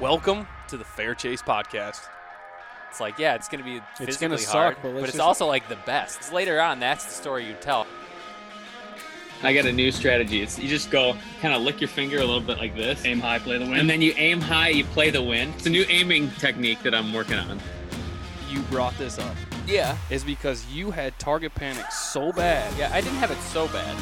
Welcome to the Fair Chase podcast. It's like, yeah, it's going to be physically It's gonna suck, hard, but let's it's just- also like the best. It's later on, that's the story you tell. I got a new strategy. It's you just go kind of lick your finger a little bit like this, aim high, play the win, and then you aim high, you play the win. It's a new aiming technique that I'm working on. you brought this up Yeah. is because you had target panic so bad. Yeah, I didn't have it so bad.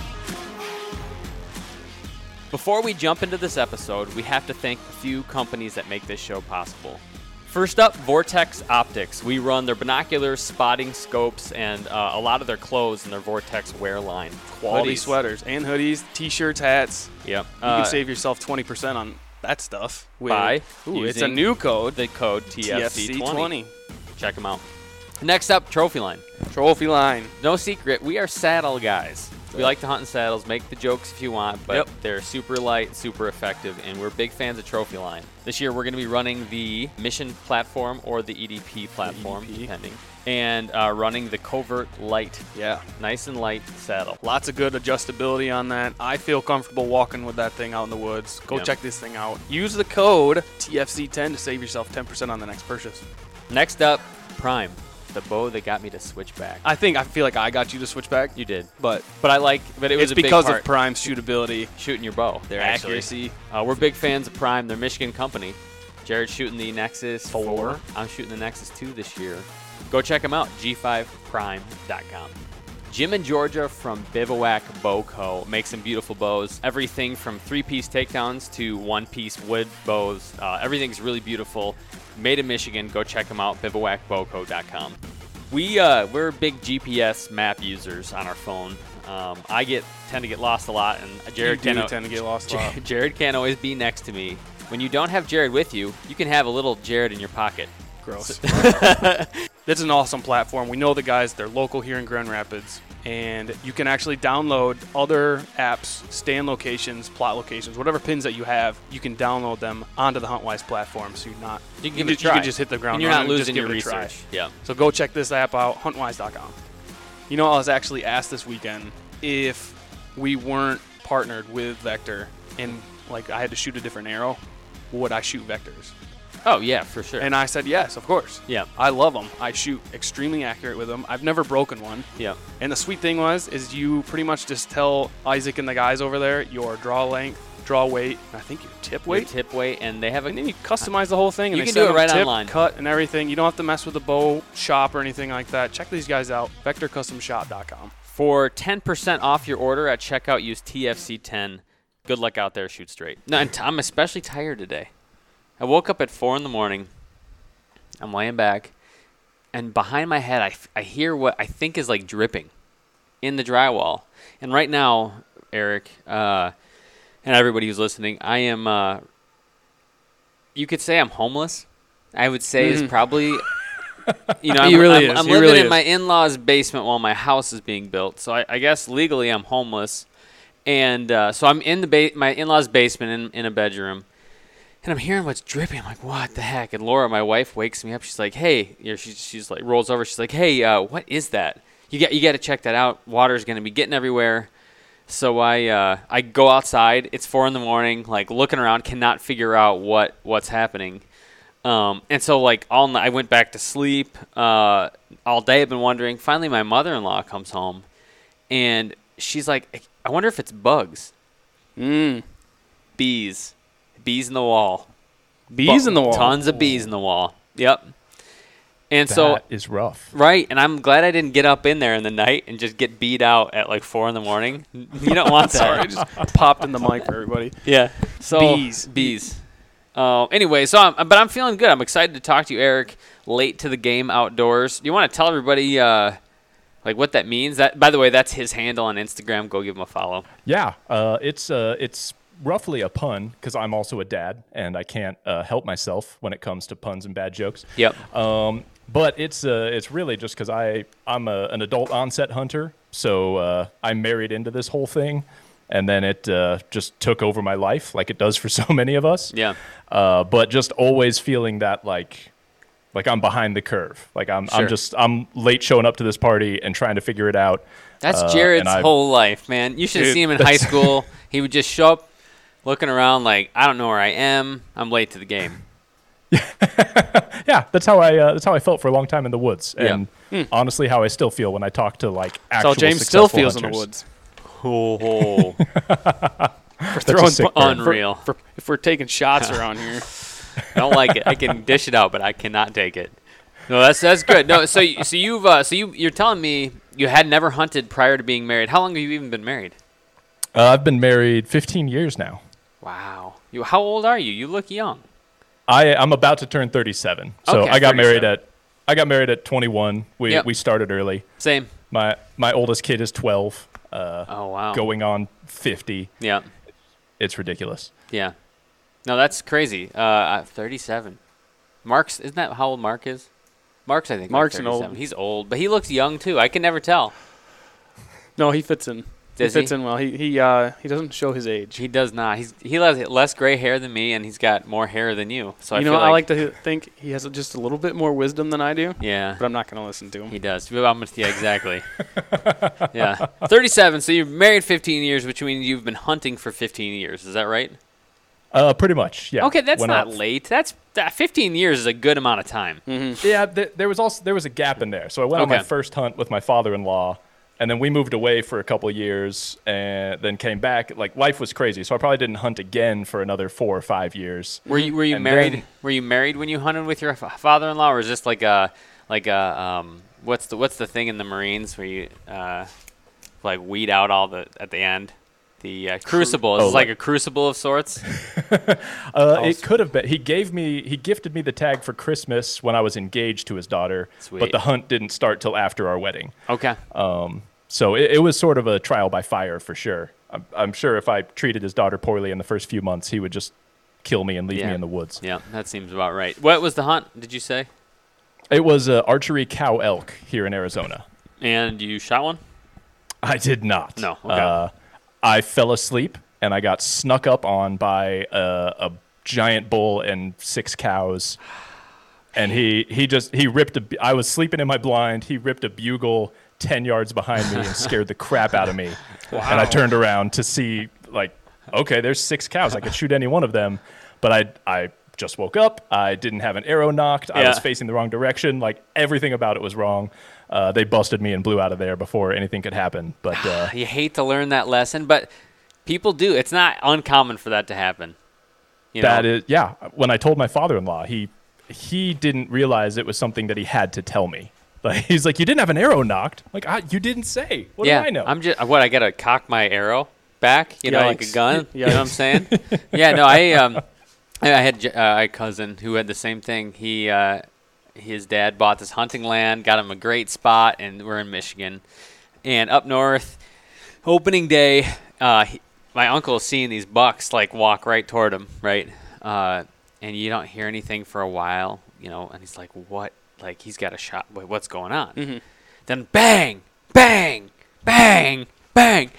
Before we jump into this episode, we have to thank a few companies that make this show possible. First up, Vortex Optics. We run their binoculars, spotting scopes, and uh, a lot of their clothes in their Vortex wear line. Quality Hoodies. sweaters and hoodies, t-shirts, hats. Yep. Uh, You can save yourself 20% on that stuff. With, By Ooh, it's a using new code, the code TFC20. TFC20. Check them out. Next up, Trophy Line. Trophy line. No secret, we are saddle guys. We like to hunt in saddles. Make the jokes if you want, but Yep. they're super light, super effective, and we're big fans of Trophy Line. This year, we're going to be running the Mission platform or the EDP platform, EDP. depending, and uh, running the Covert Light, Yeah. nice and light saddle. Lots of good adjustability on that. I feel comfortable walking with that thing out in the woods. Go Yeah. check this thing out. Use the code TFC10 to save yourself 10% on the next purchase. Next up, Prime, the bow that got me to switch back. I think I feel like I got you to switch back, you did, but but I like, but it was it's a big because part- of prime shootability, shooting your bow. their actually. accuracy. Uh, we're big fans of Prime. They're Michigan company. Jared's shooting the Nexus 4. I'm shooting the Nexus 2 this year. Go check them out, g5prime.com. Jim and Georgia from Bivouac Bow Co. make some beautiful bows. Everything from three piece takedowns to one piece wood bows. Uh, everything's really beautiful. Made in Michigan. Go check them out, bivouacbowco.com. We uh, we're big GPS map users on our phone. Um, I get tend to get lost a lot, and Jared You do can't- tend to get lost a lot. Jared, Jared can't always be next to me. When you don't have Jared with you, you can have a little Jared in your pocket. Gross. That's an awesome platform. We know the guys, they're local here in Grand Rapids. And you can actually download other apps, stand locations, plot locations, whatever pins that you have, you can download them onto the HuntWise platform. So you're not You can give ju- it a try. can just hit the ground. And you're running, not just losing give your it a try. research. Yeah. So go check this app out, huntwise.com. You know, I was actually asked this weekend if we weren't partnered with Vector and like I had to shoot a different arrow, would I shoot Vectors? Oh yeah, for sure. And I said yes, of course. Yeah. I love them. I shoot extremely accurate with them. I've never broken one. yeah. And the sweet thing was is you pretty much just tell Isaac and the guys over there your draw length, draw weight, and I think your tip Your weight. tip weight, and they have a And then you customize the whole thing. And You they can set do it up right tip, online. Cut and everything. You don't have to mess with the bow shop or anything like that. Check these guys out. VectorCustomShop.com. For 10% off your order at checkout, use TFC10. Good luck out there. Shoot straight. No, and t- I'm especially tired today. I woke up at 4 in the morning. I'm laying back. And behind my head, I, f- I hear what I think is like dripping in the drywall. And right now, Eric uh, and everybody who's listening, I am, uh, you could say I'm homeless. I would say is probably you know, I'm, Mm-hmm. He really I'm, is. I'm He living really in is. my in-laws' basement while my house is being built. So I, I guess legally I'm homeless, and uh, so I'm in the ba- my in-laws' basement in, in a bedroom, and I'm hearing what's dripping. I'm like, what the heck? And Laura, my wife, wakes me up. She's like, hey, you know, she, she's like rolls over. She's like, hey, uh, what is that? You got you got to check that out. Water's gonna be getting everywhere. So I uh, I go outside. It's four in the morning. Like looking around, cannot figure out what what's happening. Um, and so like all night, I went back to sleep. Uh, all day I've been wondering. Finally, my mother in law comes home, and she's like, "I- "I wonder if it's bugs, bees, bees in the wall, Bees Bu- in the wall. tons of bees in the wall." Yep. And so that is rough. Right, and I'm glad I didn't get up in there in the night and just get beat out at like four in the morning. You don't want that. Sorry, I just popped in the mic for everybody. Yeah. So Bees. Bees. Um, anyway, so I'm, but I'm feeling good. I'm excited to talk to you, Eric. Late to the game outdoors. Do you want to tell everybody uh, like what that means? That by the way, that's his handle on Instagram. Go give him a follow. Yeah, uh, it's uh, it's roughly a pun because I'm also a dad and I can't uh, help myself when it comes to puns and bad jokes. Yep. Uh, Um, but it's uh, it's really just because I I'm a, an adult onset hunter, so uh, I married into this whole thing, and then it uh, just took over my life like it does for so many of us. Yeah. Uh, but just always feeling that like like I'm behind the curve. Like I'm Sure. I'm just I'm late showing up to this party and trying to figure it out. That's Uh, and Jared's I've- whole life, man. You should Dude, see him in high that's- school. he would just show up, looking around like I don't know where I am. I'm late to the game. yeah, that's how I uh, that's how I felt for a long time in the woods, and honestly, how I still feel when I talk to like actual. That's how Hmm. James still successful feels in the hunters. woods. Oh, For a throwing sick bu- burn. for- Unreal. For, if we're taking shots around here, don't like it. I can dish it out, but I cannot take it. No, that's that's good. No, so you- so you've uh, so you you're telling me you had never hunted prior to being married. How long have you even been married? Uh, I've been married 15 years now. Wow. You how old are you? You look young. I I'm about to turn 37, so Okay, I got married 37. at I got married at 21. We Yep. we started early. Same. My my oldest kid is 12, uh, Oh wow. going on 50. Yeah. It's ridiculous. Yeah. No, that's crazy. Uh, Uh, 37. Mark's isn't that how old Mark is? Mark's I think like Mark's an old- 37. He's old, but he looks young too. I can never tell. no, he fits in. Does he fits he? in well. He he uh, he doesn't show his age. He does not. He's he has less gray hair than me, and he's got more hair than you. So I you know, feel I like to think he has just a little bit more wisdom than I do, yeah. but I'm not going to listen to him. He does. Well, I'm- yeah, exactly. yeah. 37. So you're married 15 years, which means you've been hunting for 15 years. Is that right? Uh, pretty much. Yeah. Okay, that's When I- not late. That's that 15 years is a good amount of time. Mm-hmm. Yeah, th- there was also there was a gap in there. So I went on my Okay. first hunt with my father-in-law, and then we moved away for a couple of years, and then came back. Like life was crazy, so I probably didn't hunt again for another four or five years. Were you were you And married? then- were you married when you hunted with your f- father-in-law, or is this like a like a um what's the what's the thing in the Marines where you uh like weed out all the at the end the uh, crucible? Is Oh, this like like- a crucible of sorts? Uh, it could have been. He gave me he gifted me the tag for Christmas when I was engaged to his daughter, Sweet. but the hunt didn't start till after our wedding. Okay. So it, it was sort of a trial by fire for sure. I'm, I'm sure if I treated his daughter poorly in the first few months, he would just kill me and leave Yeah. me in the woods. yeah, that seems about right. What was the hunt? Did you say? It was uh, archery cow elk here in Arizona. And you shot one? I did not. No, okay. Uh, I fell asleep and I got snuck up on by a, a giant bull and six cows. And he, he just he ripped a bu- I was sleeping in my blind. He ripped a bugle ten yards behind me and scared the crap out of me. And I turned around to see like, okay, there's six cows. I could shoot any one of them. But I I just woke up. I didn't have an arrow knocked. I Yeah. was facing the wrong direction. Like everything about it was wrong. Uh, they busted me and blew out of there before anything could happen. But uh, You hate to learn that lesson, but people do. It's not uncommon for that to happen. You That know? is, yeah. When I told my father-in-law, he he didn't realize it was something that he had to tell me. Like he's like, you didn't have an arrow knocked. Like I, you didn't say. What yeah, do I know? am just what I gotta cock my arrow back, you know, like a Yikes. gun. You know what I'm saying? yeah, no, I um, I I had j- uh, a cousin who had the same thing. He uh, his dad bought this hunting land, got him a great spot, and we're in Michigan, and up north, opening day, uh, he, my uncle's seeing these bucks like walk right toward him, right? Uh, and you don't hear anything for a while, you know, and he's like, what? Like, he's got a shot. Wait, what's going on? Mm-hmm. Then bang, bang, bang, bang.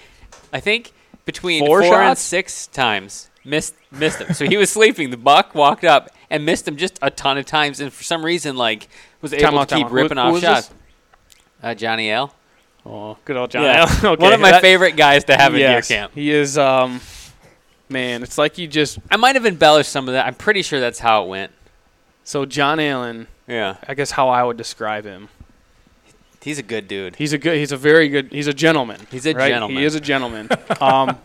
I think between Four four, and shots? six times missed missed him. so he was sleeping. The buck walked up and missed him just a ton of times, and for some reason, like, was able out, to time keep out. Who- ripping who off was shots. this? Uh, Johnny L. Oh, good old John. Yeah. okay, One of my that- favorite guys to have in yes, deer camp. He is, um, man, it's like you just. I might have embellished some of that. I'm pretty sure that's how it went. So, John Allen, Yeah. I guess how I would describe him. He's a good dude. He's a good, he's a very good, he's a gentleman. He's a right? gentleman. He is a gentleman. um,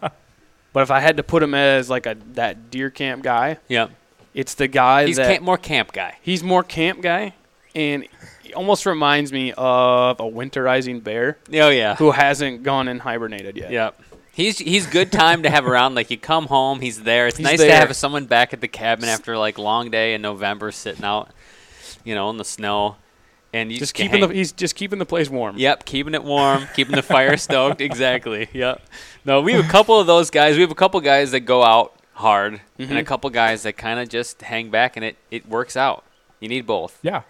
but if I had to put him as like a that deer camp guy, Yeah. it's the guy He's that. camp, more camp guy. He's more camp guy, and he almost reminds me of a winterizing bear Oh, yeah. who hasn't gone and hibernated yet. Yep. He's he's good time to have around. Like you come home, he's there. It's He's nice to there. have someone back at the cabin after like long day in November, sitting out, you know, in the snow, and you Just just, can keeping the hang. he's just keeping the place warm. Yep, keeping it warm, keeping the fire stoked. Exactly. Yep. No, we have a couple of those guys. We have a couple guys that go out hard, Mm-hmm. and a couple guys that kind of just hang back, and it it works out. You need both. yeah,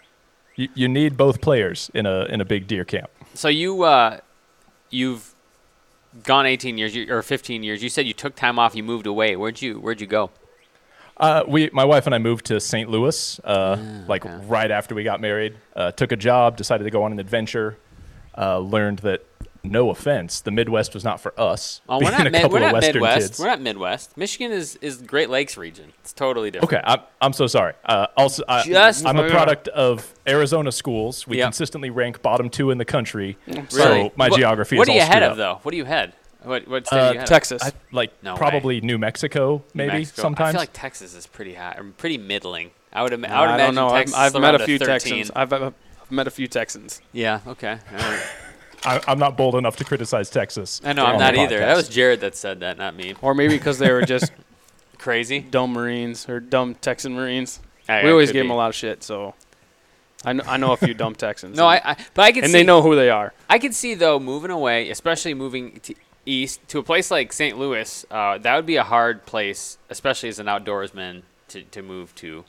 you, you need both players in a in a big deer camp. So you uh, you've gone 18 years you, or 15 years. You said you took time off. You moved away. Where'd you Where'd you go? Uh, we, my wife and I moved to St. Louis, uh, like right after we got married. Uh, took a job, decided to go on an adventure. Uh, learned that no offense, the Midwest was not for us. Well, Oh, we're being not, a mid, couple we're of not Western Midwest. kids. We're not Midwest. Michigan is is Great Lakes region. It's totally different. Okay, I'm, I'm so sorry. Uh, also, I, Just- I'm a product of Arizona schools. We Yep. consistently rank bottom two in the country, Mm, Really? so my What- geography What is are you all ahead screwed of though? What are you ahead? What what state are Uh, you ahead of? Texas. up. I- like No way. probably New Mexico, New maybe Mexico. I sometimes. feel like Texas is pretty high, or pretty middling. I would, ima- I would I imagine don't know. I've, Texas I've is met around a few 13. Texans. I've, I've I've met a few Texans. Yeah. Okay. All right. I, I'm not bold enough to criticize Texas. I know. on I'm the not either. That podcast. was Jared that said that, not me. Or maybe because they were just Crazy. dumb Marines or dumb Texan Marines. I- we I always could gave them be. a lot of shit, so I know, I know a few dumb Texans. No, and, I, I. But I can. and see, they know who they are. I could see though moving away, especially moving to east to a place like St. Louis. Uh, that would be a hard place, especially as an outdoorsman, to, to move to.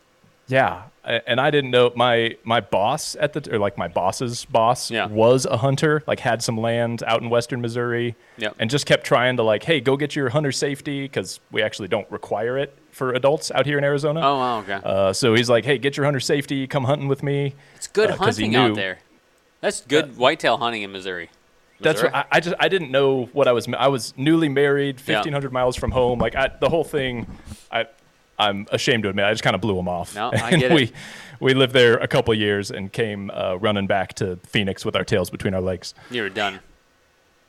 Yeah, a- and I didn't know my my boss at the or like my boss's boss Yeah. was a hunter. Like had some land out in western Missouri, Yep. and just kept trying to like, hey, go get your hunter safety because we actually don't require it for adults out here in Arizona. Oh, wow, okay. Uh, so he's like, hey, get your hunter safety, come hunting with me. it's good uh, 'cause he hunting knew- Uh, out there. That's good whitetail hunting in Missouri. That's Missouri? what I, I just I didn't know what I was. I was newly married, Yeah. fifteen hundred miles from home. Like I, the whole thing, I I'm ashamed to admit I just kind of blew him off. No, I And get it. we we lived there a couple years and came uh, running back to Phoenix with our tails between our legs. You were done.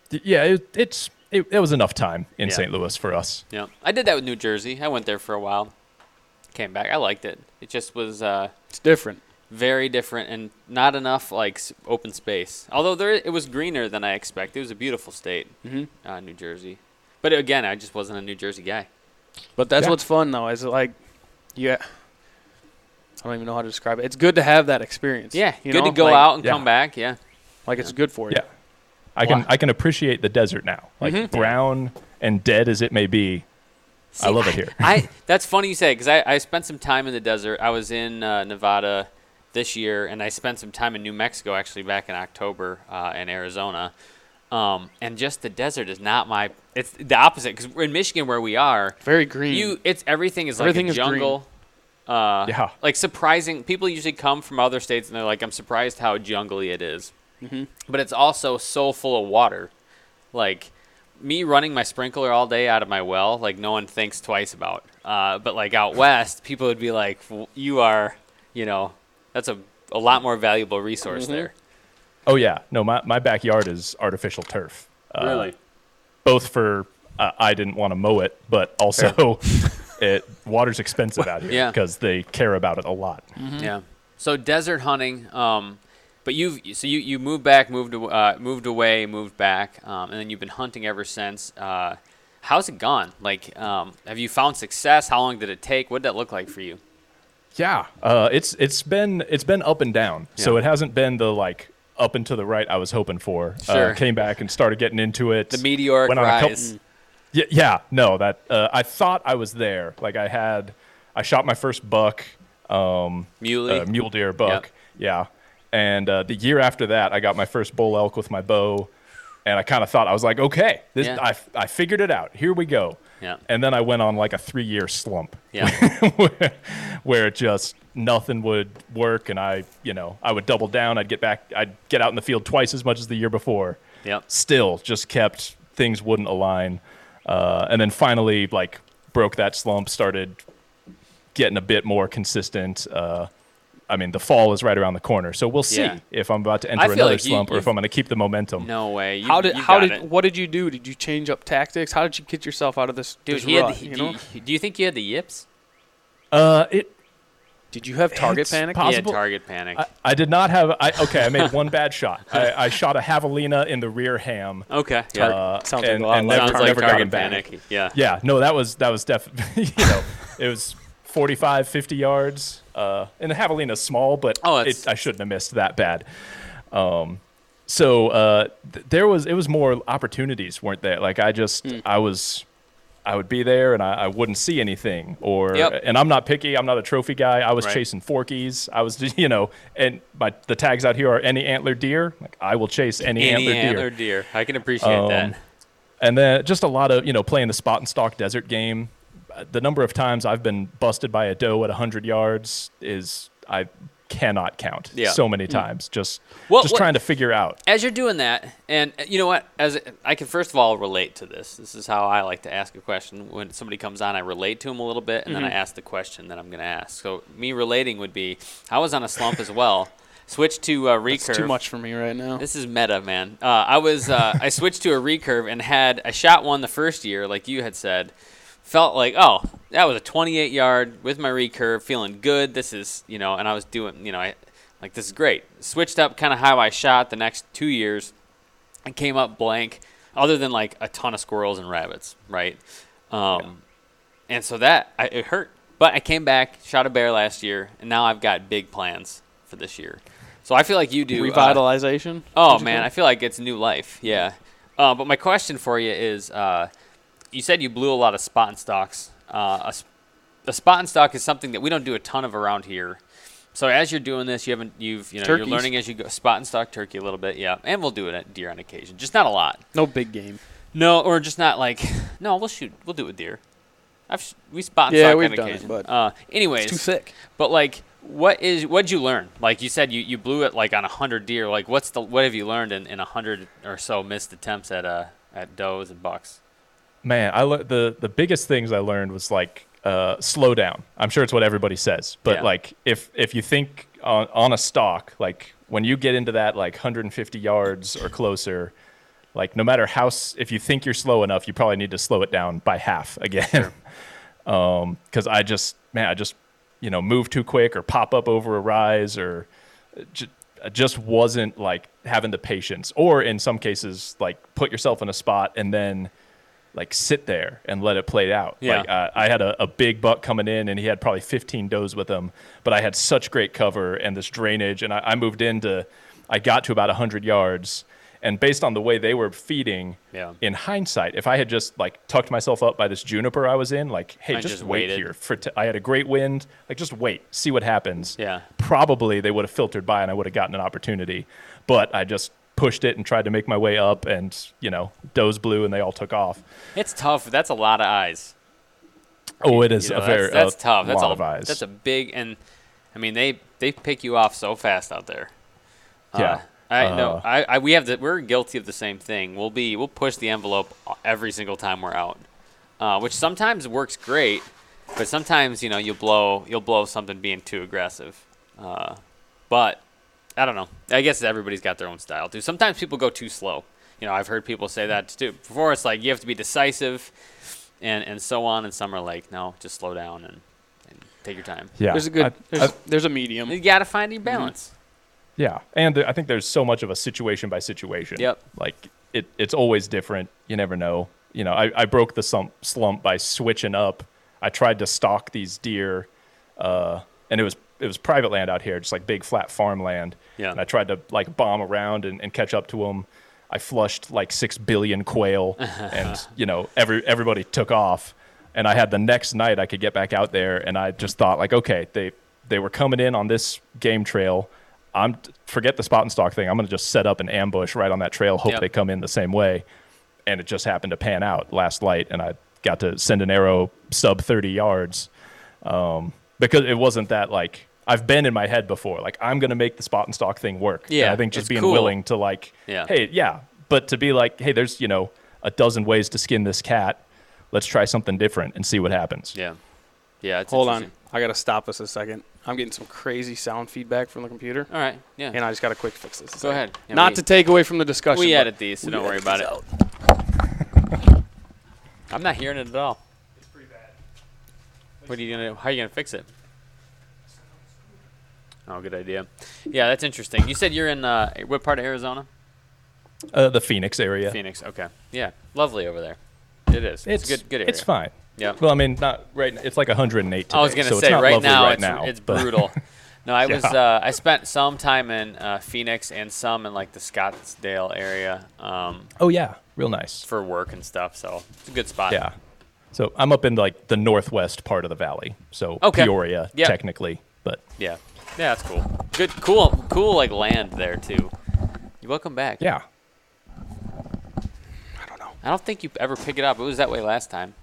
D- Yeah, it, it's it, it was enough time in Yeah. St. Louis for us. Yeah, I did that with New Jersey. I went there for a while, came back. I liked it. It just was uh, It's different. very different and not enough like s- open space. Although there, it was greener than I expected. It was a beautiful state, mm-hmm. uh, New Jersey. But again, I just wasn't a New Jersey guy. But that's Yeah. what's fun though. Is it like, yeah, I don't even know how to describe it. It's good to have that experience. Yeah, you good know? to go Like- out and yeah. come back. Yeah, Like it's good for you. Yeah, I can Wow. I can appreciate the desert now, Mm-hmm. like brown and dead as it may be. I love it here. I that's funny you say because I, I spent some time in the desert. I was in uh, Nevada this year, and I spent some time in New Mexico actually back in October uh, in Arizona. Um, and just the desert is not my. It's the opposite because in Michigan where we are, Very green. you it's everything is Everything like a is green. jungle. Uh, Yeah. Like surprising people usually come from other states and they're like, I'm surprised how jungly it is. But it's also so full of water. Like me running my sprinkler all day out of my well, like no one thinks twice about. Uh, but like out west, people would be like, "W- you are, you know, that's a, a lot more valuable resource there. Oh yeah, no, my my backyard is artificial turf. Uh, Really? both for uh, I didn't want to mow it, but also it water's expensive out here Yeah. Mm-hmm. because they care about it a lot. Yeah. So desert hunting. Um, but you've so you, you moved back, moved aw- uh, moved away, moved back, um, and then you've been hunting ever since. Uh, how's it gone? Like, um, have you found success? How long did it take? What did that look like for you? Yeah, uh, it's it's been it's been up and down, so Yeah. it hasn't been the like up and to the right I was hoping for. Sure. Uh, came back and started getting into it. The meteoric Went on a couple- rise. Yeah, yeah, no, that uh, I thought I was there. Like I had, I shot my first buck. Um, Muley. uh, mule deer buck. Yeah. And uh, the year after that, I got my first bull elk with my bow, and I kind of thought I was like, okay, this Yeah. I, I figured it out. Here we go. Yeah. And then I went on like a three year slump, Yeah. where, where it just nothing would work, and I, you know, I would double down. I'd get back. I'd get out in the field twice as much as the year before. Yep. Still, just kept things wouldn't align, uh, and then finally, like broke that slump. Started getting a bit more consistent. Uh, I mean, the fall is right around the corner, so we'll see Yeah. if I'm about to enter I feel another like you- slump or if you've- I'm going to keep the momentum. no way. You, how did you how got did it. what did you do? Did you change up tactics? How did you get yourself out of this? Dude, this he rut, had the, you do, know? you, do you think you had the yips? Uh, it. Did you have target It's panic? pos- He had Possible. target panic. I, I did not have. I, okay, I made one bad shot. I, I shot a javelina in the rear ham. okay. Oh, Yeah. Target- Uh, sounds like and- a lot and like Sounds never- like never got target him back. panic. Yeah. Yeah, no, that was that was definitely you know it was 45, 50 yards. Uh, and the javelina's small, but Oh, it's- it, I shouldn't have missed that bad. Um, so uh, th- there was it was more opportunities weren't there? Like I just Hmm. I was. I would be there and I, I wouldn't see anything, or Yep. and I'm not picky. I'm not a trophy guy. I was Right. chasing forkies. I was, you know, and my the tags out here are any antler deer. Like I will chase any, Any antler deer. antler deer. I can appreciate Um, that. And then just a lot of, you know, playing the spot and stock desert game. Uh, The number of times I've been busted by a doe at 100 yards is I cannot count Yeah. Mm. so many times. Just Well, just what- trying to figure out. as you're doing that, and uh, you know what? As I can first of all relate to this. This is how I like to ask a question when somebody comes on. I relate to them a little bit, and Mm-hmm. then I ask the question that I'm going to ask. So me relating would be, I was on a slump as well. Switched to uh, recurve. It's too much for me right now. This is meta, man. Uh, I was uh, I switched to a recurve and had I shot one the first year, like you had said. Felt like oh that was a 28 yard with my recurve, feeling good. This is you know, and I was doing you know I like this is great. Switched up kind of how I shot the next two years and came up blank, other than like a ton of squirrels and rabbits, right? Um, And so that I, it hurt, but I came back, shot a bear last year, and now I've got big plans for this year. So I feel like you do uh, Revitalization. Oh man, I feel like it's new life. Yeah. Uh, but my question for you is, uh, you said you blew a lot of spot and stocks. Uh, a, s- a spot and stock is something that we don't do a ton of around here. So as you're doing this, you haven't you've you know Turkeys. you're learning as you go. Spot and stock turkey a little bit, yeah, and we'll do it at deer on occasion, just not a lot. no big game. No, or just not like no. We'll shoot. We'll do it deer. I've sh- we spot and Yeah, stock we've on done it, occasion. but uh, anyways, Too thick. but like, what is what'd you learn? Like you said, you, you blew it like on a hundred deer. Like, what's the what have you learned in in a hundred or so missed attempts at uh at does and bucks? Man, I le- the the biggest things I learned was like uh, slow down. I'm sure it's what everybody says, but Yeah. like if if you think on, on a stock, like when you get into that like 150 yards or closer, like no matter how s- if you think you're slow enough, you probably need to slow it down by half again. Um 'cause because I just man, I just you know move too quick or pop up over a rise or j- I just wasn't like having the patience or in some cases like put yourself in a spot and then like sit there and let it play out Yeah. like uh, i had a, a big buck coming in and he had probably 15 does with him but i had such great cover and this drainage and i, I moved into i got to about 100 yards and based on the way they were feeding Yeah. in hindsight if i had just like tucked myself up by this juniper i was in like hey I just, just wait waited. here for t- i had a great wind like just wait see what happens Yeah. probably they would have filtered by and I would have gotten an opportunity. But I just pushed it and tried to make my way up and, you know, does blew and they all took off. It's tough. That's a lot of eyes. Oh, it is You know, a that's, very that's a tough. That's lot a of eyes. that's a big and I mean they they pick you off so fast out there. yeah. Oh. Uh, I know. I, I we have the, we're guilty of the same thing. We'll be we'll push the envelope every single time we're out, uh, which sometimes works great, but sometimes you know you'll blow you'll blow something being too aggressive. Uh, but I don't know. I guess everybody's got their own style too. Sometimes people go too slow. You know, I've heard people say that too. Before it's like you have to be decisive, and and so on. And some are like, no, just slow down and, and take your time. yeah. There's a good. I- there's, I- there's a medium. You gotta find your balance. yeah. And I think there's so much of a situation by situation. Yep. Like it, it's always different. You never know. You know, I, I broke the slump, slump by switching up. I tried to stalk these deer, uh, and it was it was private land out here, just like big flat farmland. Yeah. And I tried to like bomb around and, and catch up to them. I flushed like six billion quail, and you know every everybody took off. And I had the next night I could get back out there, and I just thought like, okay, they they were coming in on this game trail. I'm forget the spot and stock thing. I'm gonna just set up an ambush right on that trail. Hope Yep. they come in the same way and it just happened to pan out last light and i got to send an arrow sub 30 yards um, because it wasn't that like i've been in my head before like i'm going to make the spot and stock thing work And Yeah, i think just it's being cool. willing to like Yeah. hey yeah but to be like hey there's you know a dozen ways to skin this cat let's try something different and see what happens Yeah, yeah. It's Mm-hmm. Hold on. interesting. I gotta stop us a second. I'm getting some crazy sound feedback from the computer, All right. Yeah. and I just gotta quick fix this. Go ahead. Yeah, Not we- to take away from the discussion. We but edit these, so don't worry about it. I'm not hearing it at all. It's pretty bad. What are you gonna? How are you gonna fix it? Oh, good idea. Yeah, that's interesting. You said you're in uh, what part of Arizona? uh, the phoenix area Phoenix. Okay. Yeah, lovely over there. It is. It's, a good. Good area. it's fine Yeah. well i mean not right now it's like 108 today, I was gonna so say it's not right lovely now, right it's, now it's but- brutal. No, I was. Yeah. Uh, I spent some time in uh, Phoenix and some in like the Scottsdale area um, oh yeah real nice for work and stuff. So it's a good spot. Yeah. So I'm up in like the northwest part of the valley. So Okay. Peoria, Yep. technically, but Yeah. Yeah, that's cool. Good, cool, cool, like land there too. You welcome back. yeah. I don't know. I don't think you ever pick it up. It was that way last time.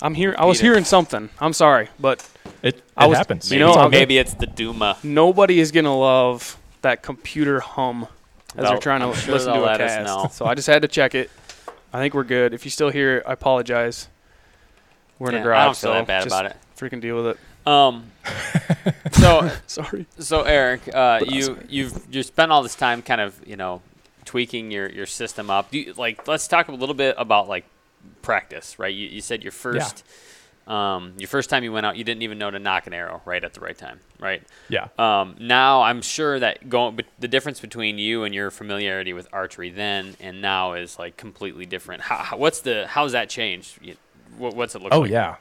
I'm here. I was Repeat it. hearing something. I'm sorry, but It, it I was- happens. you You know, It's know, uh, all good. maybe it's the Duma. Nobody is gonna love that computer hum as they're They'll- trying to I'm sure listen to they'll a let us know. cast. So I just had to check it. I think we're good. If you still hear it, I apologize. We're in Yeah, a garage. I don't feel so that bad just about it. Freaking deal with it. Um, so Sorry. So Eric, uh, you you've you spent all this time kind of you know tweaking your, your system up. Do you, like let's talk a little bit about like practice, right? You, you said your first um, your first time you went out, you didn't even know to knock an arrow right at the right time, right? Yeah. Um, now I'm sure that going but the difference between you and your familiarity with archery then and now is like completely different. How, how what's the how's that changed? You- What, what's it look Oh like? yeah,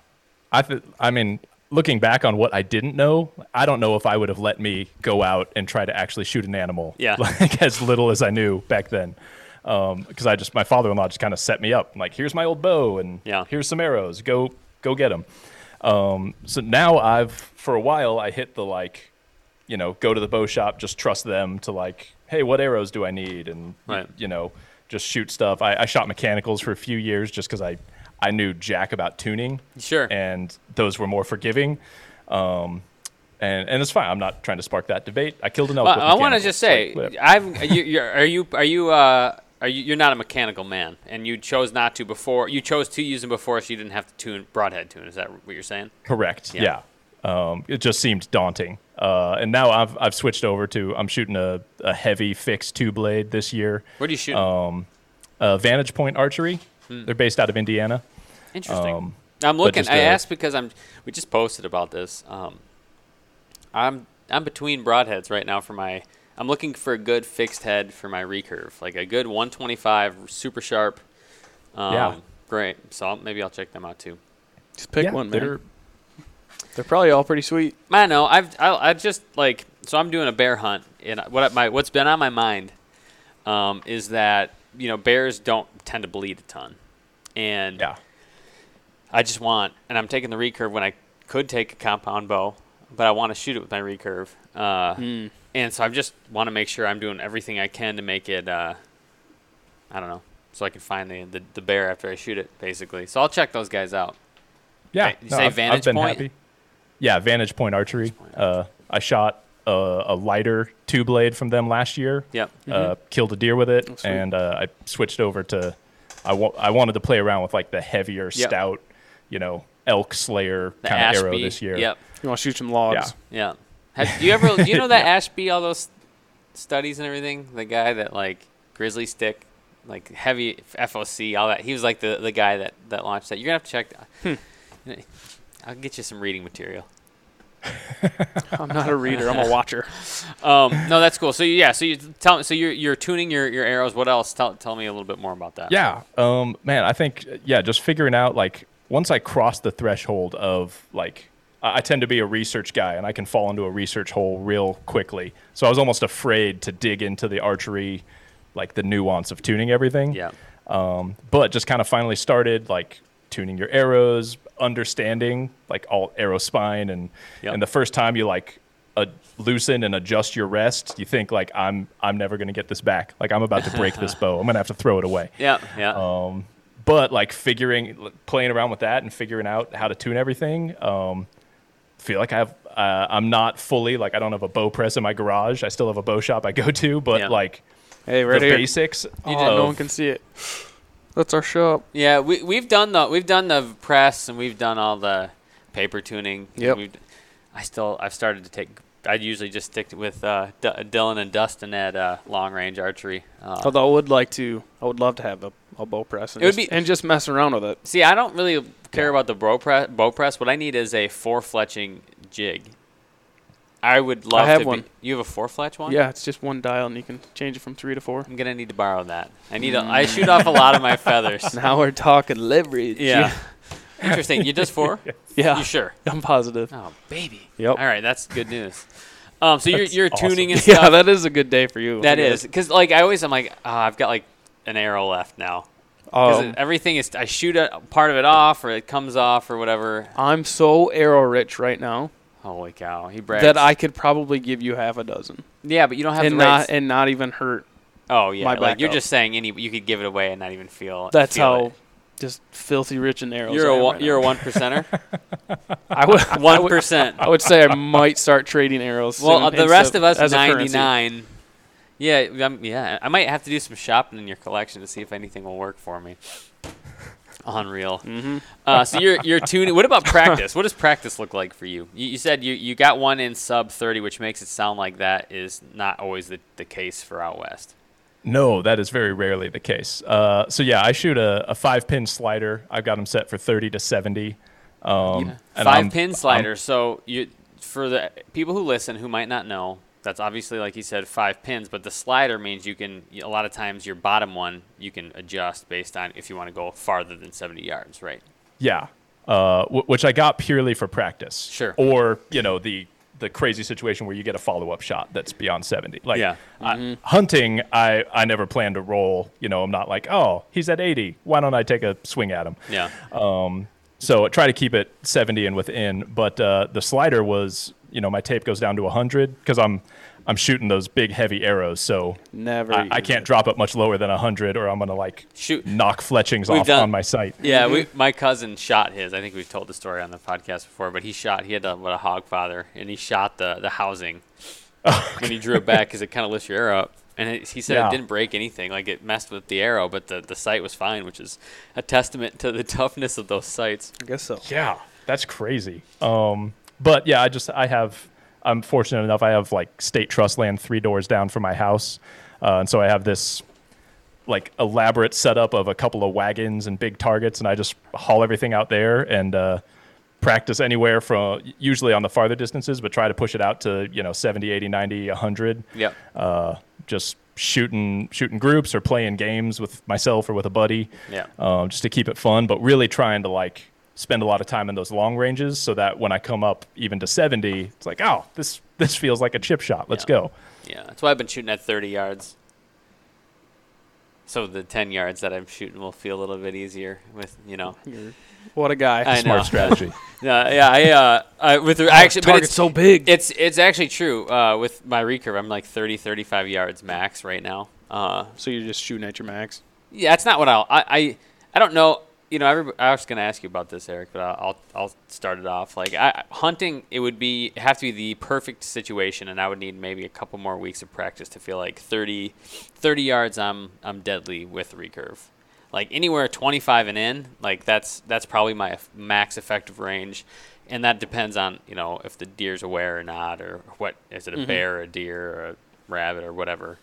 I th- I mean, looking back on what I didn't know, I don't know if I would have let me go out and try to actually shoot an animal. Yeah. like as little as I knew back then, because I just my father-in-law just kind of set me up. I'm like, here's my old bow, and Yeah. here's some arrows. Go go get them. Um, so now I've for a while I hit the like, you know, go to the bow shop, just trust them to like, hey, what arrows do I need, and Right. you know, just shoot stuff. I, I shot mechanicals for a few years just because I. I knew jack about tuning, Sure. and those were more forgiving. Um, and and it's fine. I'm not trying to spark that debate. I killed an elk. Well, with I want to mechanicals. just It's say, like, whatever. I've you, you're, are you are you uh are you you're not a mechanical man, and you chose not to before. You chose to use them before, so you didn't have to tune broadhead tune. Is that what you're saying? correct. Yeah. Yeah. Um, it just seemed daunting. Uh, and now I've I've switched over to I'm shooting a, a heavy fixed two blade this year. What do you Oh, shoot? Uh, Vantage Point Archery. Hmm. They're based out of Indiana. Interesting. um, I'm looking. just, I uh, asked because I'm. We just posted about this. Um, I'm I'm between broadheads right now for my. I'm looking for a good fixed head for my recurve, like a good 125, super sharp. Um, Yeah. Great. So I'll, maybe I'll check them out too. Just pick Yeah, one, man. they're- They're, probably all pretty sweet. I know. I've I, I just like so I'm doing a bear hunt, and what I- my what's been on my mind um, is that you know bears don't tend to bleed a ton, and Yeah. I just want, and I'm taking the recurve when I could take a compound bow, but I want to shoot it with my recurve, uh, Hmm. and so I just want to make sure I'm doing everything I can to make it. Uh, I don't know, so I can find the, the the bear after I shoot it, basically. So I'll check those guys out. Yeah. Right, you say Vantage Point? Yeah, Vantage Point Archery. Uh, I shot a, a lighter two blade from them last year. Yep. Uh, killed a deer with Oh, it, and uh, I switched over to. I wa- I wanted to play around with like the heavier, Yep. stout, you know, elk slayer The kind of arrow Ashby. this year. Yep. You want to shoot some logs? Yeah. Yeah. Have, do you ever do you know that Ashby all those studies and everything? The guy that like Grizzly Stick, like heavy FOC, all that. He was like the, the guy that, that launched that. You're gonna have to check. th- I'll get you some reading material. I'm not a reader. I'm a watcher. Um, no, that's cool. So yeah, so you tell so you're you're tuning your, your arrows. What else? Tell tell me a little bit more about that. Yeah. Um, man, I think yeah, just figuring out like once I cross the threshold of like I I tend to be a research guy and I can fall into a research hole real quickly. So I was almost afraid to dig into the archery, like the nuance of tuning everything. Yeah. Um, but just kind of finally started like tuning your arrows, understanding like all arrow spine and Yep. and the first time you like uh, loosen and adjust your rest, you think like I'm I'm never gonna get this back. Like I'm about to break this bow. I'm gonna have to throw it away Yeah. Yeah. um, but like figuring playing around with that and figuring out how to tune everything um, feel like i have uh, i'm not fully like i don't have a bow press in my garage i still have a bow shop i go to but Yeah. like Hey, right the here. basics You of- didn't, no one can see it. That's our shop. Yeah, we we've done the we've done the press and we've done all the paper tuning. Yep. We've, I still I've started to take. I usually just stick with uh, D- Dylan and Dustin at uh, long range archery. Uh, Although I would like to, I would love to have a, a bow press and, It would just, be- and just mess around with it. see, I don't really care about the bow press. Bow press. What I need is a four fletching jig. I would love have to one. Be, you have a four fletch one. Yeah, it's just one dial and you can change it from three to four. I'm gonna need to borrow that. I need. A, I Mm. shoot off a lot of my feathers. Now we're talking leverage. Yeah. Interesting. You just four? Yeah. You sure? I'm positive. Oh, baby. Yep. All right, that's good news. Um, so you're, That's you're awesome. tuning and Yeah, stuff. that is a good day for you. that is because like I always I'm like oh, I've got like an arrow left now because Um, everything is I shoot a part of it off or it comes off or whatever. Oh, I'm so arrow rich right now Holy cow, he brags. that I could probably give you half a dozen yeah, but you don't have and the right. not and not even hurt. oh yeah, my like you're backup. just saying any you could give it away and not even feel. That's feel how it. just filthy rich in arrows. You're I a am one, right now. you're a one percenter. I would, One percent. I would say I might start trading arrows. Well, soon uh, the as rest a- of us as a ninety currency. nine. Yeah, I'm, yeah. I might have to do some shopping in your collection to see if anything will work for me. Unreal. Mm-hmm. Uh, so you're you're tuning. What about practice? what does practice look like for you? You, you said you, you got one in sub thirty, which makes it sound like that is not always the, the case for out west. No, that is very rarely the case. Uh, so yeah, I shoot a, a five pin slider. I've got them set for thirty to seventy. Um, and 5 I'm- pin slider. so you for the people who listen who might not know, that's obviously like he said, five pins. But the slider means you can a lot of times your bottom one you can adjust based on if you want to go farther than seventy yards, right? Yeah, uh, w- which I got purely for practice. Sure. Or you know the the crazy situation where you get a follow up shot that's beyond seventy. Like Yeah. Mm-hmm. I- hunting, I I never plan to roll. You know, I'm not like oh he's at eighty. Why don't I take a swing at him? Yeah. Uh, So I try to keep it 70 and within, but uh, the slider was, you know, my tape goes down to 100 because I'm, I'm shooting those big heavy arrows, so Never. I, I use can't drop it much lower than 100, or I'm gonna like Shoot. knock fletchings We've off done- on my sight. Yeah, we, my cousin shot his. I think we've told the story on the podcast before, but he shot. He had a, what a hog father, and he shot the the housing when he drew it back because it kind of lifts your arrow up. And it, he said Yeah. it didn't break anything, like it messed with the arrow, but the the sight was fine, which is a testament to the toughness of those sights. I guess so. Yeah, that's crazy. Um, but yeah, I just I have I'm fortunate enough I have like state trust land three doors down from my house, uh, and so I have this like elaborate setup of a couple of wagons and big targets, and I just haul everything out there and uh, practice anywhere from usually on the farther distances, but try to push it out to you know 70, 80, 90, 100 Yep. uh, just shooting shooting groups or playing games with myself or with a buddy. Yeah. Um, just to keep it fun, but really trying to like spend a lot of time in those long ranges so that when I come up even to 70, it's like, oh, this this feels like a chip shot. Let's Yeah. go. Yeah, that's why I've been shooting at 30 yards. So the 10 yards that I'm shooting will feel a little bit easier with, you know. What a guy. I Smart know. strategy. Yeah, yeah, I, uh, I with the, I actually, but Target's it's, so big. it's it's actually true. Uh, with my recurve, I'm like 30, 35 yards max right now. Uh, so you're just shooting at your max. yeah, that's not what I'll. I I, I don't know. You know, everyb- I was going to ask you about this, Eric, but I'll I'll I'll start it off. Like I, hunting, it would be have to be the perfect situation, and I would need maybe a couple more weeks of practice to feel like 30, 30 yards. I'm I'm deadly with recurve. Like anywhere 25 and in, like that's that's probably my f- max effective range, and that depends on you know if the deer's aware or not, or what is Mm-hmm. it a bear, or a deer, or a rabbit, or whatever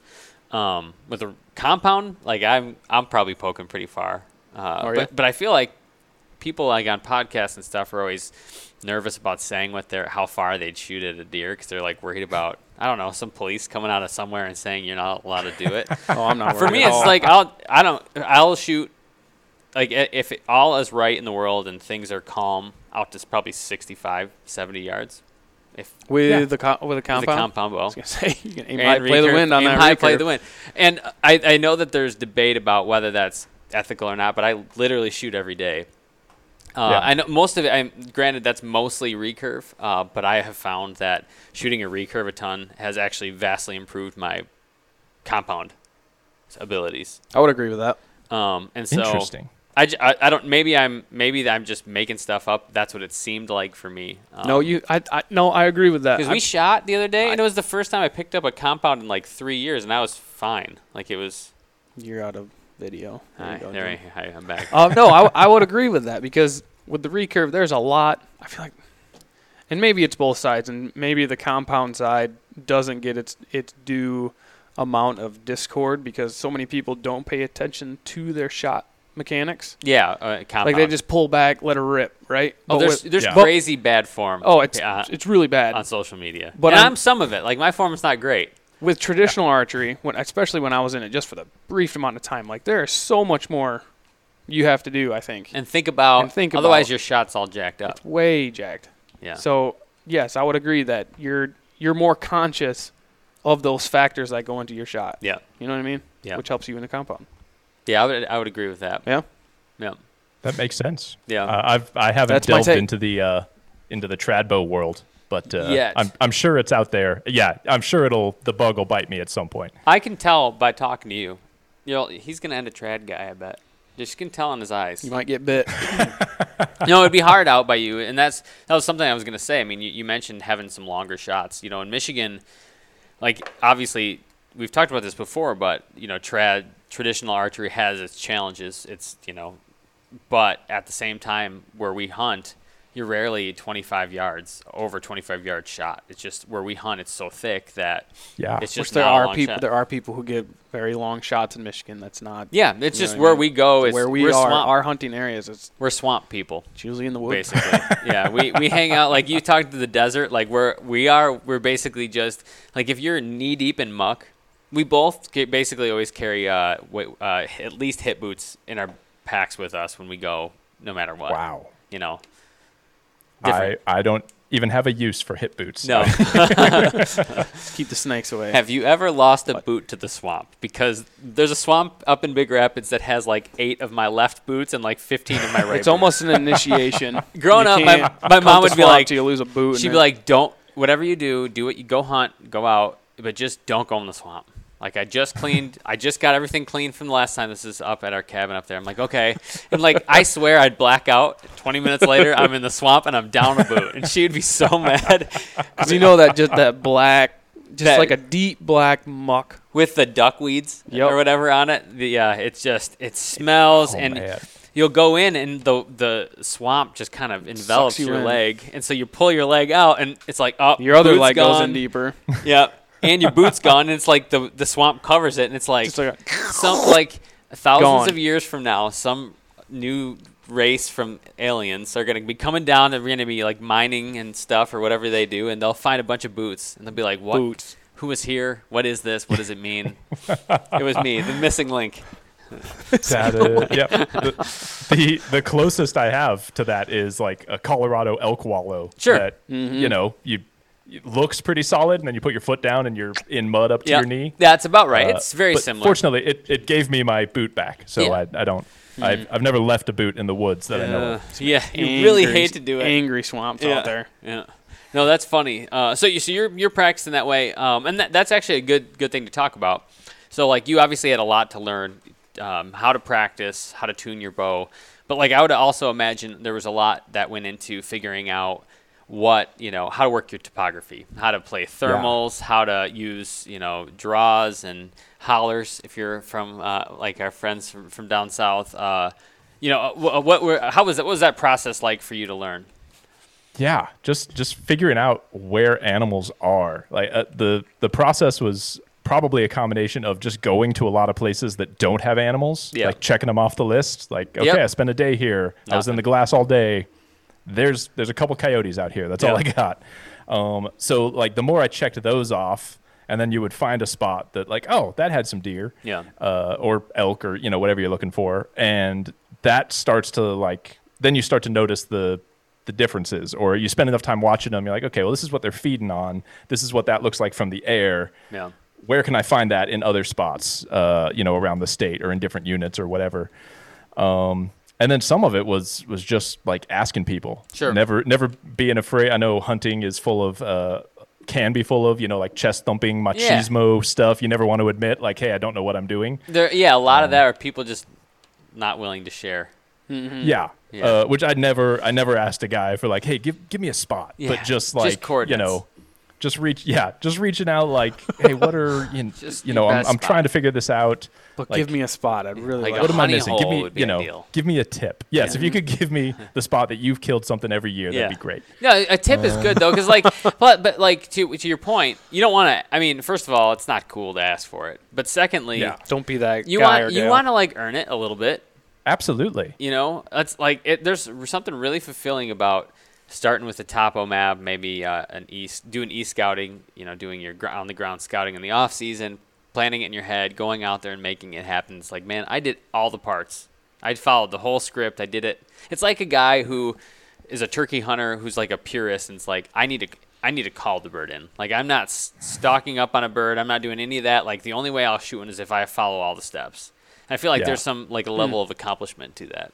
um, with a compound, like I'm, I'm probably poking pretty far. Uh, Are ya? but, but I feel like people like on podcasts and stuff are always nervous about saying what they're, how far they'd shoot at a deer because they're like worried about, I don't know, some police coming out of somewhere and saying you're not allowed to do it. Oh, I'm not. Uh, For worried me, at it's all. like I'll, I don't, I'll shoot. Like i- if it, all is right in the world and things are calm, out to s- probably 65, 70 yards. If with Yeah. the co- with a with compound. a compound bow. I was gonna say you can aim And high, play the recurve- wind on aim that. high, play recurve. the wind. And I, I know that there's debate about whether that's ethical or not, but I literally shoot every day. Uh, Yeah. I know most of it. I'm, granted, that's mostly recurve, uh, but I have found that shooting a recurve a ton has actually vastly improved my compound abilities. I would agree with that. Um, and so Interesting. I, j- I, I don't. Maybe I'm. Maybe I'm just making stuff up. That's what it seemed like for me. Um, no, you. I, I. No, I agree with that. because I- we shot the other day, and it was the first time I picked up a compound in like three years, and I was fine. Like it was. you're out of video. There you Hi, go, there Jim. I, hi, I'm back. Uh, no, I, I would agree with that because with the recurve, there's a lot. I feel like, and maybe it's both sides, and maybe the compound side doesn't get its its due amount of discord because so many people don't pay attention to their shot mechanics. yeah, uh, compound. Like they just pull back, let her rip, right? But oh, there's with- there's Yeah. crazy bad form. oh, it's uh, it's really bad. on social media, But but and I'm- I'm, some of it. Like my form's not great. with traditional archery, when especially when I was in it just for the brief amount of time, like there is so much more you have to do. I think And think about. And think otherwise, about- your shot's all jacked up. way jacked. Yeah. So yes, I would agree that you're you're more conscious of those factors that go into your shot. yeah, You know what I mean? Yeah. Which helps you in the compound. yeah, I would I would agree with that. Yeah. Yeah. That makes sense. Yeah. Uh, I've I haven't That's my delved take. into the uh, into the tradbo world, but uh, Yet. I'm I'm sure it's out there. Yeah, I'm sure it'll the bug will bite me at some point. I can tell by talking to you. You know, he's gonna end a trad guy. I bet. Just can tell on his eyes. You might get bit. no, it'd be hard out by you, and that's that was something I was gonna say. I mean, you, you mentioned having some longer shots. You know, in Michigan, like obviously we've talked about this before, but you know, trad traditional archery has its challenges. It's you know, but at the same time, where we hunt, you're rarely 25 yards over 25 yard shot. It's just where we hunt, it's so thick that Yeah. it's Which just there not a are long people. shot. There are people who get very long shots in Michigan. That's not. Yeah, it's You know what just I where mean? we go. It's where we we're are. Swamp, Our hunting areas. It's, we're swamp people. it's usually in the woods. basically. yeah, we, we hang out like you talked to the desert. Like we're we are we're basically just like if you're knee deep in muck, we both ca- basically always carry uh, wa- uh at least hit boots in our packs with us when we go, no matter what. Wow. You know. I, I don't even have a use for hip boots. No. Keep the snakes away. Have you ever lost a boot to the swamp? Because there's a swamp up in Big Rapids that has like eight of my left boots and like 15 of my right. it's boots. almost an initiation. Growing You up, my- can't my come mom to would be swamp like- till you lose a boot. and She'd be then- like, "Don't whatever you do, do what you go hunt, go out, but just don't go in the swamp." Like I just cleaned, I just got everything clean from the last time. This is up at our cabin up there. I'm like, okay, and like I swear I'd black out. Twenty minutes later, I'm in the swamp and I'm down a boot, and she'd be so mad Because you know that just that black, just That- like a deep black muck. with the duckweeds Yep. or whatever on it. The uh, it's just it smells Oh, and. man. You'll go in and the the swamp just kind of envelops you your in. leg, and so you pull your leg out, and it's like oh, Your other boot's leg goes in gone. deeper. Yeah. And your boot's gone, and it's like the the swamp covers it, and it's like, Just like a- some like thousands Gone. of years from now, some new race from aliens are gonna be coming down. They're gonna be like mining and stuff or whatever they do, and they'll find a bunch of boots, and they'll be like, "What? Boots. Who was here? What is this? What does it mean? it was me, the missing link." That, uh, yep. The, the the closest I have to that is like a Colorado elk wallow. Sure. Mm-hmm. That you know you it looks pretty solid, and then you put your foot down and you're in mud up to Yeah, your knee. that's about right. Uh, it's very but similar. Fortunately, it, it gave me my boot back, so Yeah. Mm-hmm. I I don't I've, I've never left a boot in the woods that I know. Uh, of. yeah, you really Angry- hate to do it. Angry swamps out there. Yeah. No, that's funny. Uh, so you so you're you're practicing that way, um, and that, that's actually a good good thing to talk about. So like you obviously had a lot to learn, um, how to practice, how to tune your bow, but like I would also imagine there was a lot that went into figuring out what you know how to work your topography, how to play thermals, how to use you know draws and hollers if you're from uh, like our friends from, from down south. Uh, you know what, what were how was that what was that process like for you to learn? yeah just just figuring out where animals are like uh, the the process was probably a combination of just going to a lot of places that don't have animals Yeah. like checking them off the list like okay Yep. i spent a day here i was in the glass all day there's there's a couple coyotes out here that's all i got um, so like the more i checked those off and then you would find a spot that like oh that had some deer Yeah. uh, or elk or you know whatever you're looking for and that starts to like then you start to notice the the differences or you spend enough time watching them you're like okay well this is what they're feeding on this is what that looks like from the air Yeah. where can i find that in other spots uh, you know around the state or in different units or whatever um, and then some of it was was just like asking people Sure. never never being afraid i know hunting is full of uh, can be full of you know like chest thumping machismo stuff you never want to admit like hey i don't know what i'm doing There, yeah, a lot of that are people just not willing to share. Yeah. Mm. Yeah. Uh, which I never I never asked a guy for like, hey, give give me a spot. Yeah, But just just like you coordinates. know, just reach yeah, just reaching out like, hey, what are you, Just you the know, I'm, best I'm spot. trying to figure this out. But Like, give me a spot. I'd really Like like. a what am I honey missing? Give hole me would be you know, ideal. give me a tip. Yes, if you could give me the spot that you've killed something every year, yeah. that'd be great. No, a tip is good though, because like, but but like to to your point, you don't want to. I mean, first of all, it's not cool to ask for it. But secondly, Yeah. Don't be that you guy or want you gal. want to like earn it a little bit. Absolutely. You know, that's like it, there's something really fulfilling about starting with a topo map, maybe uh, an east doing e scouting. You know, doing your on the ground scouting in the off season, planning it in your head, going out there and making it happen. It's like, man, I did all the parts. I followed the whole script. I did it. It's like a guy who is a turkey hunter who's like a purist and it's like I need to I need to call the bird in. Like I'm not s- stalking up on a bird. I'm not doing any of that. Like the only way I'll shoot one is if I follow all the steps. And I feel like Yeah. there's some like a Hmm. level of accomplishment to that.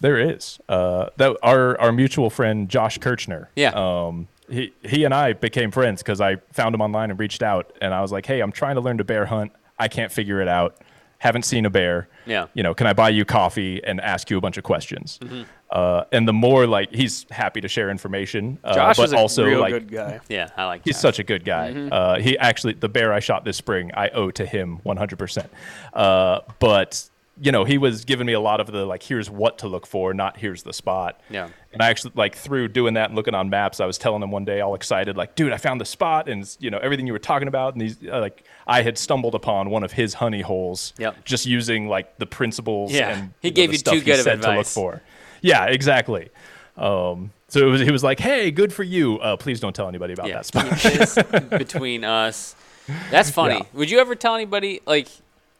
There is. Uh, that our our mutual friend Josh Kirchner. Yeah. Um, he he and I became friends because I found him online and reached out, and I was like, "Hey, I'm trying to learn to bear hunt. I can't figure it out. haven't seen a bear. Yeah. You know, can I buy you coffee and ask you a bunch of questions? Mm-hmm. Uh, and the more like he's happy to share information, uh, Josh but is a also real like good guy. Yeah, I like He's that. such a good guy. Mm-hmm. Uh, he actually, the bear I shot this spring, I owe to him 100%. Uh, but, you know, he was giving me a lot of the, like, here's what to look for, not here's the spot. Yeah. And I actually, like, through doing that and looking on maps, I was telling him one day, all excited, like, dude, I found the spot and, it's, you know, everything you were talking about. And these, uh, like, I had stumbled upon one of his honey holes Yep. just using, like, the principles Yeah. and He know, gave the you stuff too good of said to look advice. for. Yeah, exactly. Um, so it was, he was like, "Hey, good for you. Uh, please don't tell anybody about yeah. that spot." It's between us. That's funny. Yeah. Would you ever tell anybody like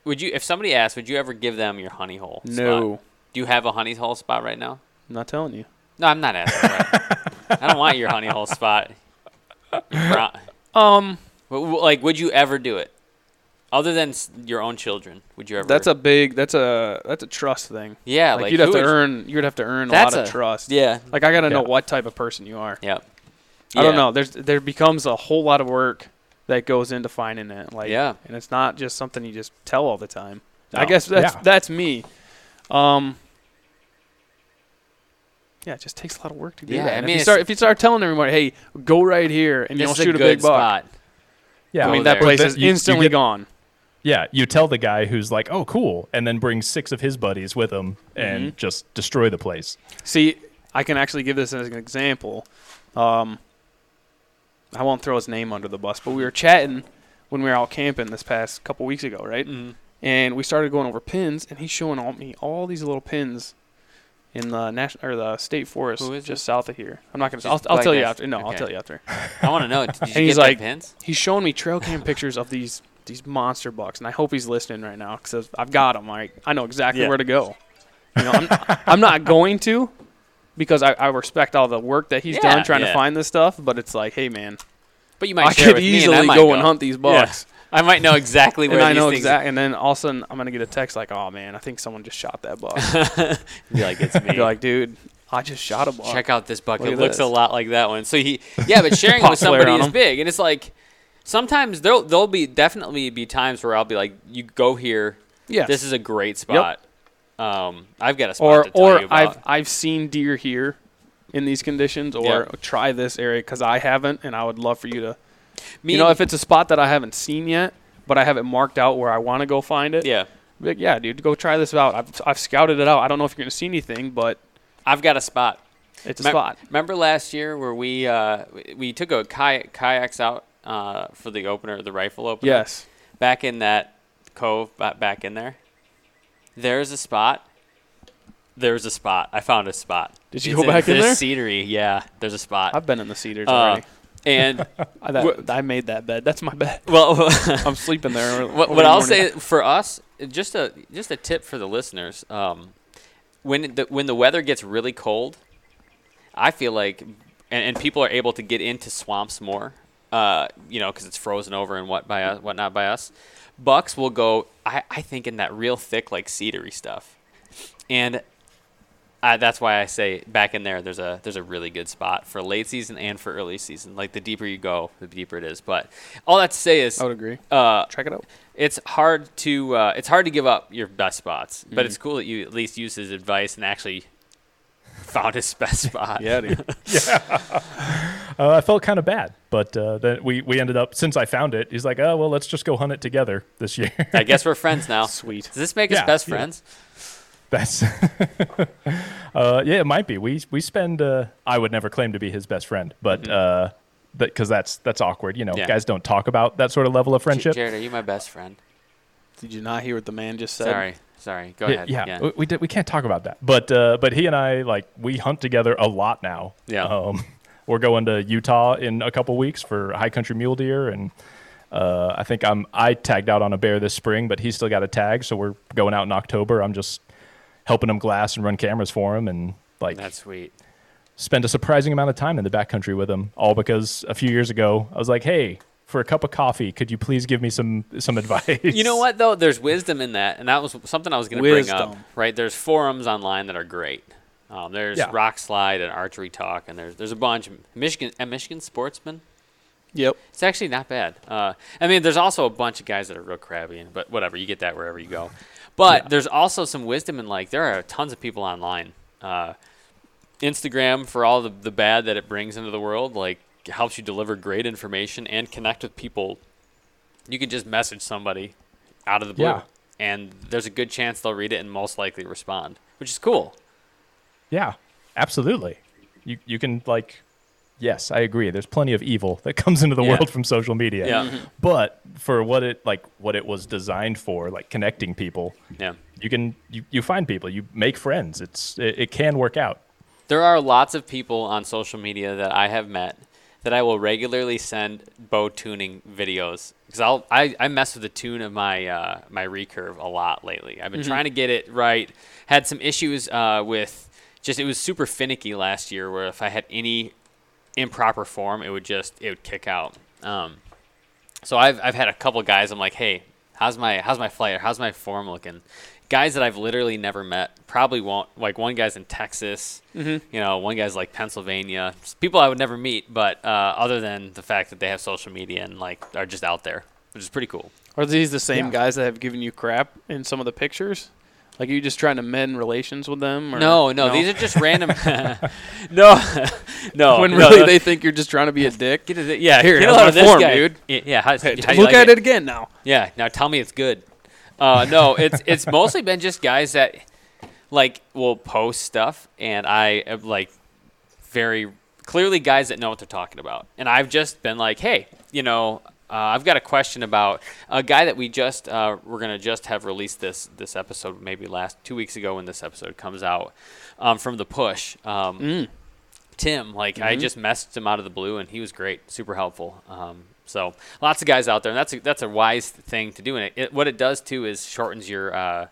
would you if somebody asked, would you ever give them your honey hole? spot? No. Do you have a honey hole spot right now? I'm not telling you. No, I'm not asking that. I don't want your honey hole spot. Um like would you ever do it? Other than s- your own children, would you ever That's a big. That's a that's a trust thing. Yeah, like, like, you'd have who to is- earn. You'd have to earn a That's lot of a- trust. yeah. Like I gotta know Yeah. what type of person you are. Yep. I don't Yeah. know. There's there becomes a whole lot of work that goes into finding it. Like Yeah. and it's not just something you just tell all the time. I No. guess that's Yeah. that's me. Um. Yeah, it just takes a lot of work to do Yeah, that. I And mean, if you it's- start if you start telling everybody, hey, go right here, and This you'll is a shoot a, good big buck. spot. yeah, I Go mean, that there. place Oh, But is then you- you instantly get- gone. Yeah, you tell the guy who's like, "Oh, cool," and then brings six of his buddies with him and Mm-hmm. just destroy the place. See, I can actually give this as an example. Um, I won't throw his name under the bus, but we were chatting when we were out camping this past couple weeks ago, right? Mm-hmm. mm And we started going over pins, and he's showing all, me all these little pins in the national or the state forest Who is just it? south of here. I'm not gonna. I'll, Just I'll like tell you that. after. No, I'll Okay. tell you after. I want to know. Did you And he's get that like- pins? He's showing me trail cam pictures of these these monster bucks, and I hope he's listening right now because I've got him. I I know exactly Yeah. where to go. You know, I'm, I'm not going to because I, I respect all the work that he's Yeah, done trying yeah. to find this stuff. But it's like, hey man, But you might I share could with me, and easily I might go, and hunt these Yeah. bucks, I might know exactly where and I these know things exactly. And then all of a sudden, I'm gonna get a text like, oh man, I think someone just shot that buck. You're like it's me. You're like, dude, I just shot a buck. check out this bucket. Look It at looks a this. lot like that one. So he, yeah, but sharing it with Pop flare somebody on is 'em. big, and it's like sometimes there'll there'll be definitely be times where I'll be like, you go here. Yes. this is a great spot. Um, I've got a spot or to tell you or about. I've I've seen deer here in these conditions, or Yeah. try this area because I haven't, and I would love for you to. Me- you know, if it's a spot that I haven't seen yet, but I have it marked out where I want to go find it. yeah, be like, yeah, dude, go try this out. I've, I've scouted it out. I don't know if you're gonna see anything, but I've got a spot. it's a Mem- spot. Remember last year where we uh, we- we took a kayak kayaks out uh, for the opener, the rifle opener. Yes. back in that cove, ba- back in there, there's a spot. There's a spot. I found a spot. Did you It's go back in this there? Scenery, yeah. There's a spot. I've been in the cedars Uh, already. and I, that, I made that bed. That's my bed. well, I'm sleeping there. what, what I'll say for us, just a just a tip for the listeners. Um, when the when the weather gets really cold, I feel like, and, and people are able to get into swamps more. Uh, you know, because it's frozen over and what by us, whatnot by us. Bucks will go. I, I think in that real thick like cedary stuff, and I, that's why I say back in there. There's a there's a really good spot for late season and for early season. Like the deeper you go, the deeper it is. But all that to say is, I would agree. uh, Check it out. it's hard to uh, it's hard to give up your best spots, Mm-hmm. but it's cool that you at least used his advice and actually found his best spot. Yeah, dude. Uh, I felt kind of bad, but uh, then we we ended up since I found it. He's like, "Oh well, let's just go hunt it together this year." I guess we're friends now. Sweet. Does this make us Yeah, best yeah. friends? That's uh, yeah, it might be. We we spend. Uh, I would never claim to be his best friend, but Mm-hmm. uh, because that's that's awkward. You know, Yeah. guys don't talk about that sort of level of J- friendship. Jared, are you my best friend? Did you not hear what the man just said? Sorry, sorry. Go Yeah, ahead. Yeah, We, we, did, we can't talk about that. But uh, but he and I like we hunt together a lot now. Yeah. Um, we're going to Utah in a couple weeks for high country mule deer, and uh, I think I'm I tagged out on a bear this spring, but he's still got a tag, so we're going out in October. I'm just helping him glass and run cameras for him, and like That's sweet. spend a surprising amount of time in the backcountry with him. All because a few years ago I was like, hey. For a cup of coffee, could you please give me some some advice? You know what though? There's wisdom in that, and that was something I was going to bring up. Wisdom. Right? There's forums online that are great. Um, there's Yeah. Rock Slide and Archery Talk, and there's there's a bunch. Michigan and Michigan uh, Sportsman Yep. It's actually not bad. Uh, I mean, there's also a bunch of guys that are real crabby, and but whatever, you get that wherever you go. But there's also some wisdom in like there are tons of people online. Uh, Instagram for all the the bad that it brings into the world, like helps you deliver great information and connect with people. You can just message somebody out of the blue, Yeah. and there's a good chance they'll read it and most likely respond, which is cool. Yeah, absolutely. You you can like, yes, I agree. There's plenty of evil that comes into the Yeah. world from social media. Yeah. Mhm. But for what it like what it was designed for, like connecting people, Yeah. you can you, you find people, you make friends. It's it, it can work out. There are lots of people on social media that I have met that I will regularly send bow tuning videos because I'll I, I mess with the tune of my uh, my recurve a lot lately. I've been trying to get it right. Had some issues uh, with just it was super finicky last year where if I had any improper form it would just it would kick out. Um, so I've I've had a couple guys. I'm like, hey, how's my how's my flight? How's my form looking? Guys that I've literally never met, probably won't. Like one guy's in Texas, Mm-hmm. you know, one guy's like Pennsylvania. It's people I would never meet, but uh, other than the fact that they have social media and like are just out there, which is pretty cool. Are these the same guys that have given you crap in some of the pictures? Like, are you just trying to mend relations with them? Or No, no, these are just random. no, no. when no, really no. they think you're just trying to be a dick. Get it, yeah, Here, get a how's load my of this form, guy. dude? Yeah, yeah, how, how you Look like at it again now. Yeah. Now tell me it's good. Uh, no, it's it's mostly been just guys that like will post stuff, and I am like very clearly guys that know what they're talking about. And I've just been like, hey, you know, uh, I've got a question about a guy that we just uh, we're gonna just have released this this episode maybe last two weeks ago when this episode comes out um, from the push. Um, Tim, like I just messaged him out of the blue, and he was great, super helpful. Um, so lots of guys out there, and that's a, that's a wise thing to do. And it, it, what it does too is shortens your uh,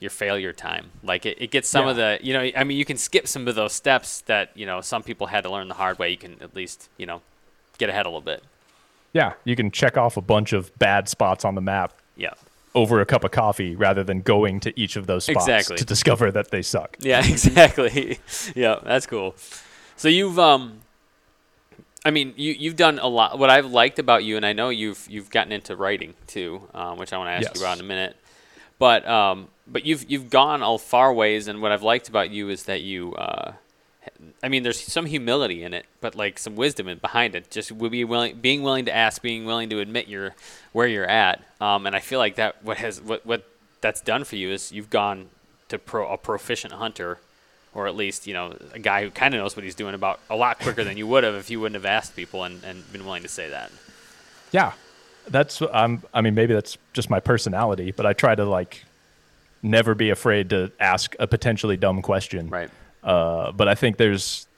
your failure time. Like it, it gets some of the you know I mean you can skip some of those steps that you know some people had to learn the hard way. You can at least you know get ahead a little bit. Yeah, you can check off a bunch of bad spots on the map Yeah. over a cup of coffee rather than going to each of those spots Exactly. to discover that they suck. Yeah, exactly. yeah, that's cool. So you've um I mean, you you've done a lot what I've liked about you and I know you've you've gotten into writing too, um, which I want to ask Yes. you about in a minute. But um but you've you've gone a far ways and what I've liked about you is that you uh I mean, there's some humility in it, but like some wisdom in behind it. Just would be willing, being willing to ask, being willing to admit your where you're at. Um, and I feel like that what has what what that's done for you is you've gone to pro a proficient hunter, or at least you know a guy who kind of knows what he's doing about a lot quicker than you would have if you wouldn't have asked people and, and been willing to say that. Yeah, that's I'm. I mean, maybe that's just my personality, but I try to like never be afraid to ask a potentially dumb question. Right. Uh, but I think there's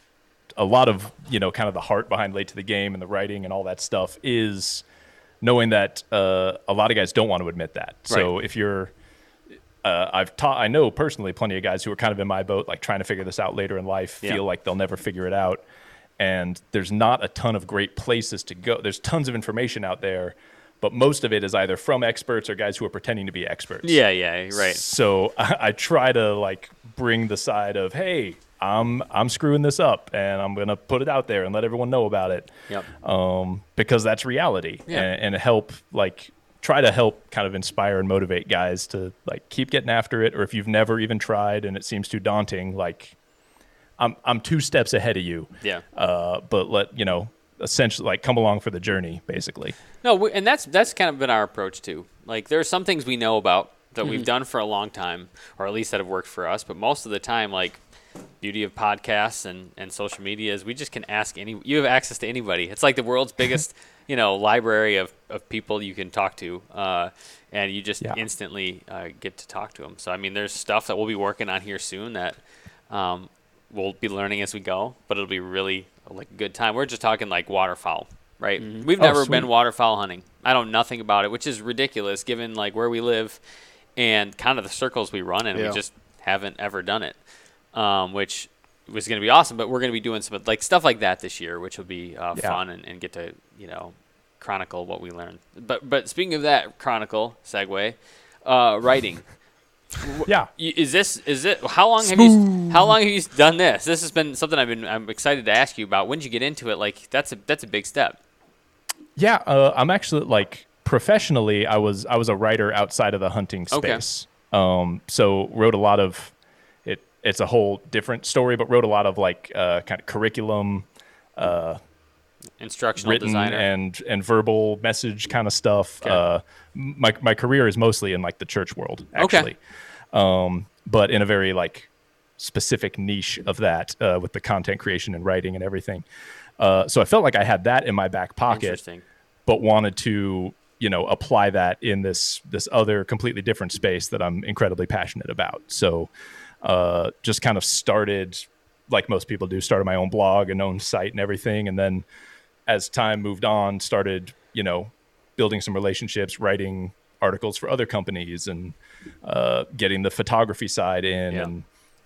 a lot of you know kind of the heart behind late to the game and the writing and all that stuff is knowing that uh, a lot of guys don't want to admit that. So if you're uh, I've taught, I know personally plenty of guys who are kind of in my boat, like trying to figure this out later in life, Yeah. feel like they'll never figure it out. And there's not a ton of great places to go. There's tons of information out there, but most of it is either from experts or guys who are pretending to be experts. Yeah, yeah, right. So I, I try to like bring the side of, hey, I'm I'm screwing this up, and I'm gonna put it out there and let everyone know about it Yep. um, because that's reality Yeah. and, and help like try to help kind of inspire and motivate guys to like keep getting after it or if you've never even tried and it seems too daunting like i'm i'm two steps ahead of you Yeah. uh but let you know essentially like come along for the journey basically No, we, and that's that's kind of been our approach too. Like there are some things we know about that Mm-hmm. we've done for a long time, or at least that have worked for us. But most of the time, like beauty of podcasts and and social media is we just can ask any. You have access to anybody. It's like the world's biggest you know library of of people you can talk to, uh, and you just Yeah. instantly uh, get to talk to them. So I mean, there's stuff that we'll be working on here soon that. Um, We'll be learning as we go, but it'll be really like a good time. We're just talking like waterfowl, right? We've Oh, never been sweet. waterfowl hunting. I know nothing about it, which is ridiculous given like where we live and kind of the circles we run in. Yeah. We just haven't ever done it, um, which was going to be awesome. But we're going to be doing some like stuff like that this year, which will be uh, Yeah. fun and, and get to you know chronicle what we learned. But but speaking of that chronicle segue, uh, writing. yeah Y- Is this is it? How long have you how long have you done this? This has been something I've been I'm excited to ask you about. When did you get into it? Like that's a that's a big step. Yeah, uh, I'm actually like professionally, I was I was a writer outside of the hunting Okay. space. Um, so wrote a lot of it. It's a whole different story, but wrote a lot of like uh, kind of curriculum, Instructional written designer. and and verbal message kind of stuff. Uh, my my career is mostly in like the church world, Okay. actually, um, but in a very like specific niche of that uh, with the content creation and writing and everything. Uh, so I felt like I had that in my back pocket, Interesting. but wanted to you know apply that in this this other completely different space that I'm incredibly passionate about. So uh, just kind of started like most people do, started my own blog and own site and everything, and then as time moved on, started you know building some relationships, writing articles for other companies, and uh, getting the photography side in, Yeah. and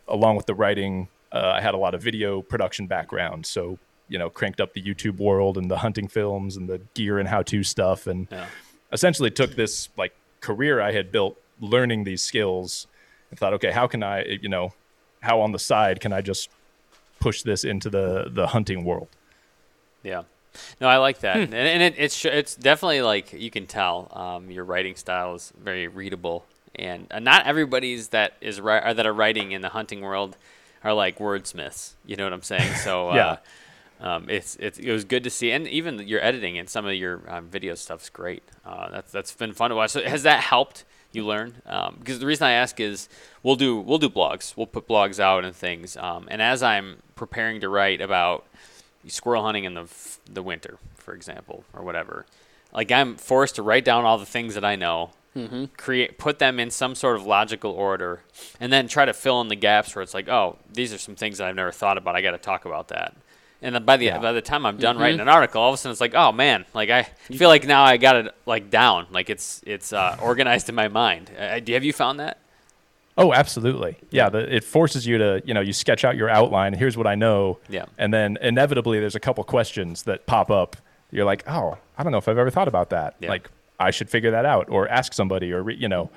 along with the writing, uh, I had a lot of video production background, so you know cranked up the YouTube world and the hunting films and the gear and how-to stuff, and Yeah. essentially took this like career I had built learning these skills and thought, okay, how can I, you know, how on the side can I just push this into the the hunting world? Yeah. No, I like that, and, and it, it's sh- it's definitely like you can tell um, your writing style is very readable, and uh, not everybody's that is ri- or that are writing in the hunting world are like wordsmiths. You know what I'm saying? So Yeah. uh, um, it's, it's it was good to see, and even your editing and some of your um, video stuff's great. Uh, that's that's been fun to watch. So has that helped you learn? Um, because the reason I ask is we'll do we'll do blogs, we'll put blogs out and things, um, and as I'm preparing to write about squirrel hunting in the f- the winter, for example, or whatever. Like I'm forced to write down all the things that I know, create, put them in some sort of logical order, and then try to fill in the gaps where it's like, oh, these are some things that I've never thought about. I got to talk about that. And then by the by the time I'm done writing an article, all of a sudden it's like, oh man, like I feel like now I got it like down, like it's it's uh, organized in my mind. Uh, do have you found that? Oh, absolutely. Yeah, the, it forces you to, you know, you sketch out your outline. Here's what I know. Yeah. And then inevitably, there's a couple questions that pop up. You're like, oh, I don't know if I've ever thought about that. Yeah. Like, I should figure that out, or ask somebody, or re, you know,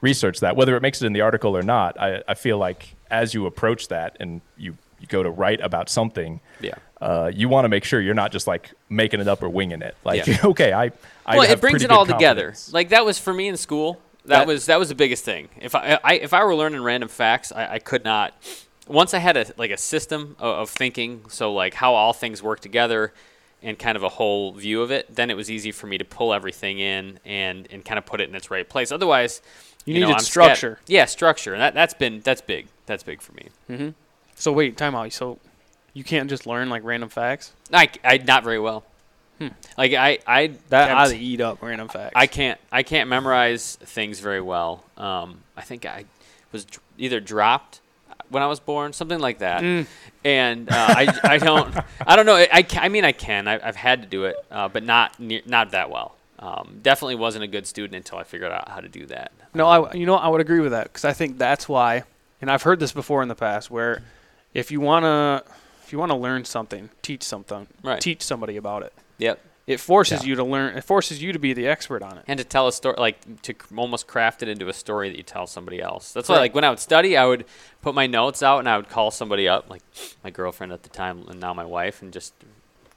research that. Whether it makes it in the article or not, I, I feel like as you approach that and you, you go to write about something, Yeah. uh, you want to make sure you're not just like making it up or winging it. Like, Yeah. okay, I, I well, have it brings pretty it good all together. confidence. Like that was for me in school. That, That- was that was the biggest thing. If I, I if I were learning random facts, I, I could not. Once I had a like a system of, of thinking, so like how all things work together, and kind of a whole view of it, then it was easy for me to pull everything in and and kind of put it in its right place. Otherwise, You know, needed I'm scat- structure. Yeah, structure, and that that's been that's big. That's big for me. So wait, time out. So you can't just learn like random facts. I, I not very well. Like I I That kept- I eat up random facts. I can't I can't memorize things very well. Um, I think I was dr- either dropped when I was born, something like that. And uh, I, I don't I don't know. I, I, ca- I mean I can I, I've had to do it, uh, but not near, not that well. Um, definitely wasn't a good student until I figured out how to do that. No, I you know I would agree with that because I think that's why, and I've heard this before in the past where if you wanna if you wanna learn something, teach something, Right. teach somebody about it. Yep. It forces Yeah. you to learn. It forces you to be the expert on it. and to tell a story like to c- almost craft it into a story that you tell somebody else that's why like when i would study i would put my notes out and i would call somebody up like my girlfriend at the time and now my wife and just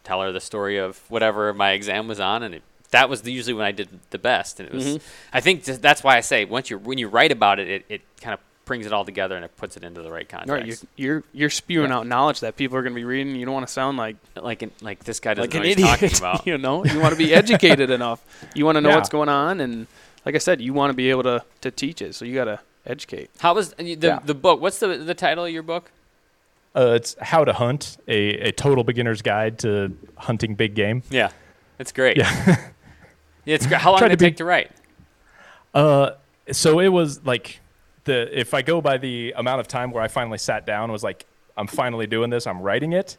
tell her the story of whatever my exam was on and it, that was the, usually when i did the best and it was i think just, that's why i say once you when you write about it it, it kind of brings it all together and it puts it into the right context All right, you're you're, you're spewing out knowledge that people are going to be reading. You don't want to sound like like an, like this guy doesn't like an know what he's talking idiot. about you know, you want to be educated enough. You want to know Yeah. what's going on, and like I said, you want to be able to to teach it. So you got to educate. how was and you- the, Yeah. the book what's the the title of your book Uh, it's How to Hunt, a, a total beginner's guide to hunting big game. Yeah, it's great. Yeah, it's great. How long Tried did it to be- take to write? so it was like the if I go by the amount of time where I finally sat down was like I'm finally doing this, I'm writing it.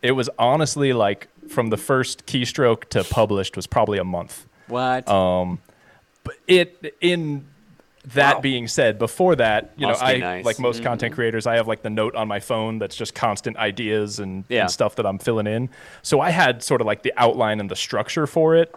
It was honestly like from the first keystroke to published was probably a month. What? It in that being said, before that, you Must know, be I nice. like most content creators, I have like the note on my phone that's just constant ideas and, Yeah. and stuff that I'm filling in. So I had sort of like the outline and the structure for it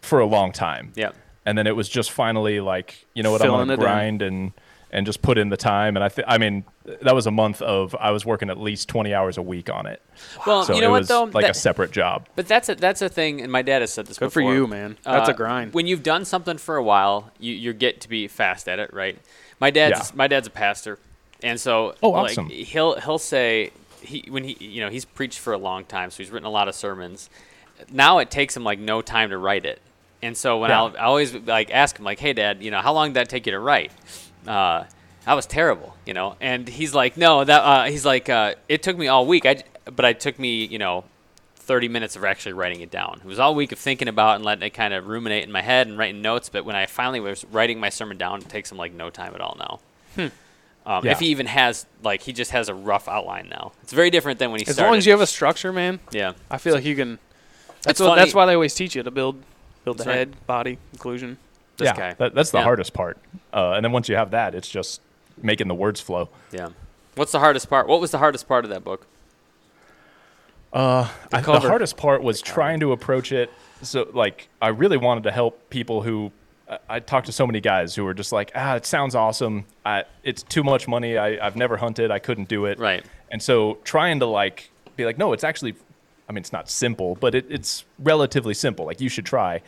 for a long time yep. and then it was just finally like you know what Filling I'm it gonna in. grind and and just put in the time. And I, th- I mean, that was a month of I was working at least 20 hours a week on it. Well, So you know it what was though? like a That- separate job. But that's a that's a thing, and my dad has said this. Good for before. Uh, you, man. That's a grind. When you've done something for a while, you you get to be fast at it, right? My dad's Yeah. my dad's a pastor, and so Oh, like, awesome. he'll he'll say he when he you know he's preached for a long time, so he's written a lot of sermons. Now it takes him like no time to write it, and so when Yeah. I'll, I always like ask him like, "Hey, Dad, you know how long did that take you to write?" Uh, I was terrible, you know, and he's like, "No, that uh, he's like uh, it took me all week, I j- but I took me you know 30 minutes of actually writing it down. It was all week of thinking about and letting it kind of ruminate in my head and writing notes. But when I finally was writing my sermon down, it takes him like no time at all now. Um, Yeah. If he even has like he just has a rough outline now. It's very different than when he As started. long as you have a structure, man, yeah. I feel like you can. That's It's what, that's funny- why they always teach you to build, build That's the right. head, body, inclusion. This yeah, guy. that, that's the Yeah. hardest part. Uh, and then once you have that, it's just making the words flow. Yeah. What's the hardest part? What was the hardest part of that book? I- the cover. hardest part was uh, trying to approach it. So, like, I really wanted to help people who I, I talked to so many guys who were just like, ah, it sounds awesome. I, it's too much money. I, I've never hunted. I couldn't do it. Right. And so, trying to like be like, no, it's actually, I mean, it's not simple, but it, it's relatively simple. Like, you should try.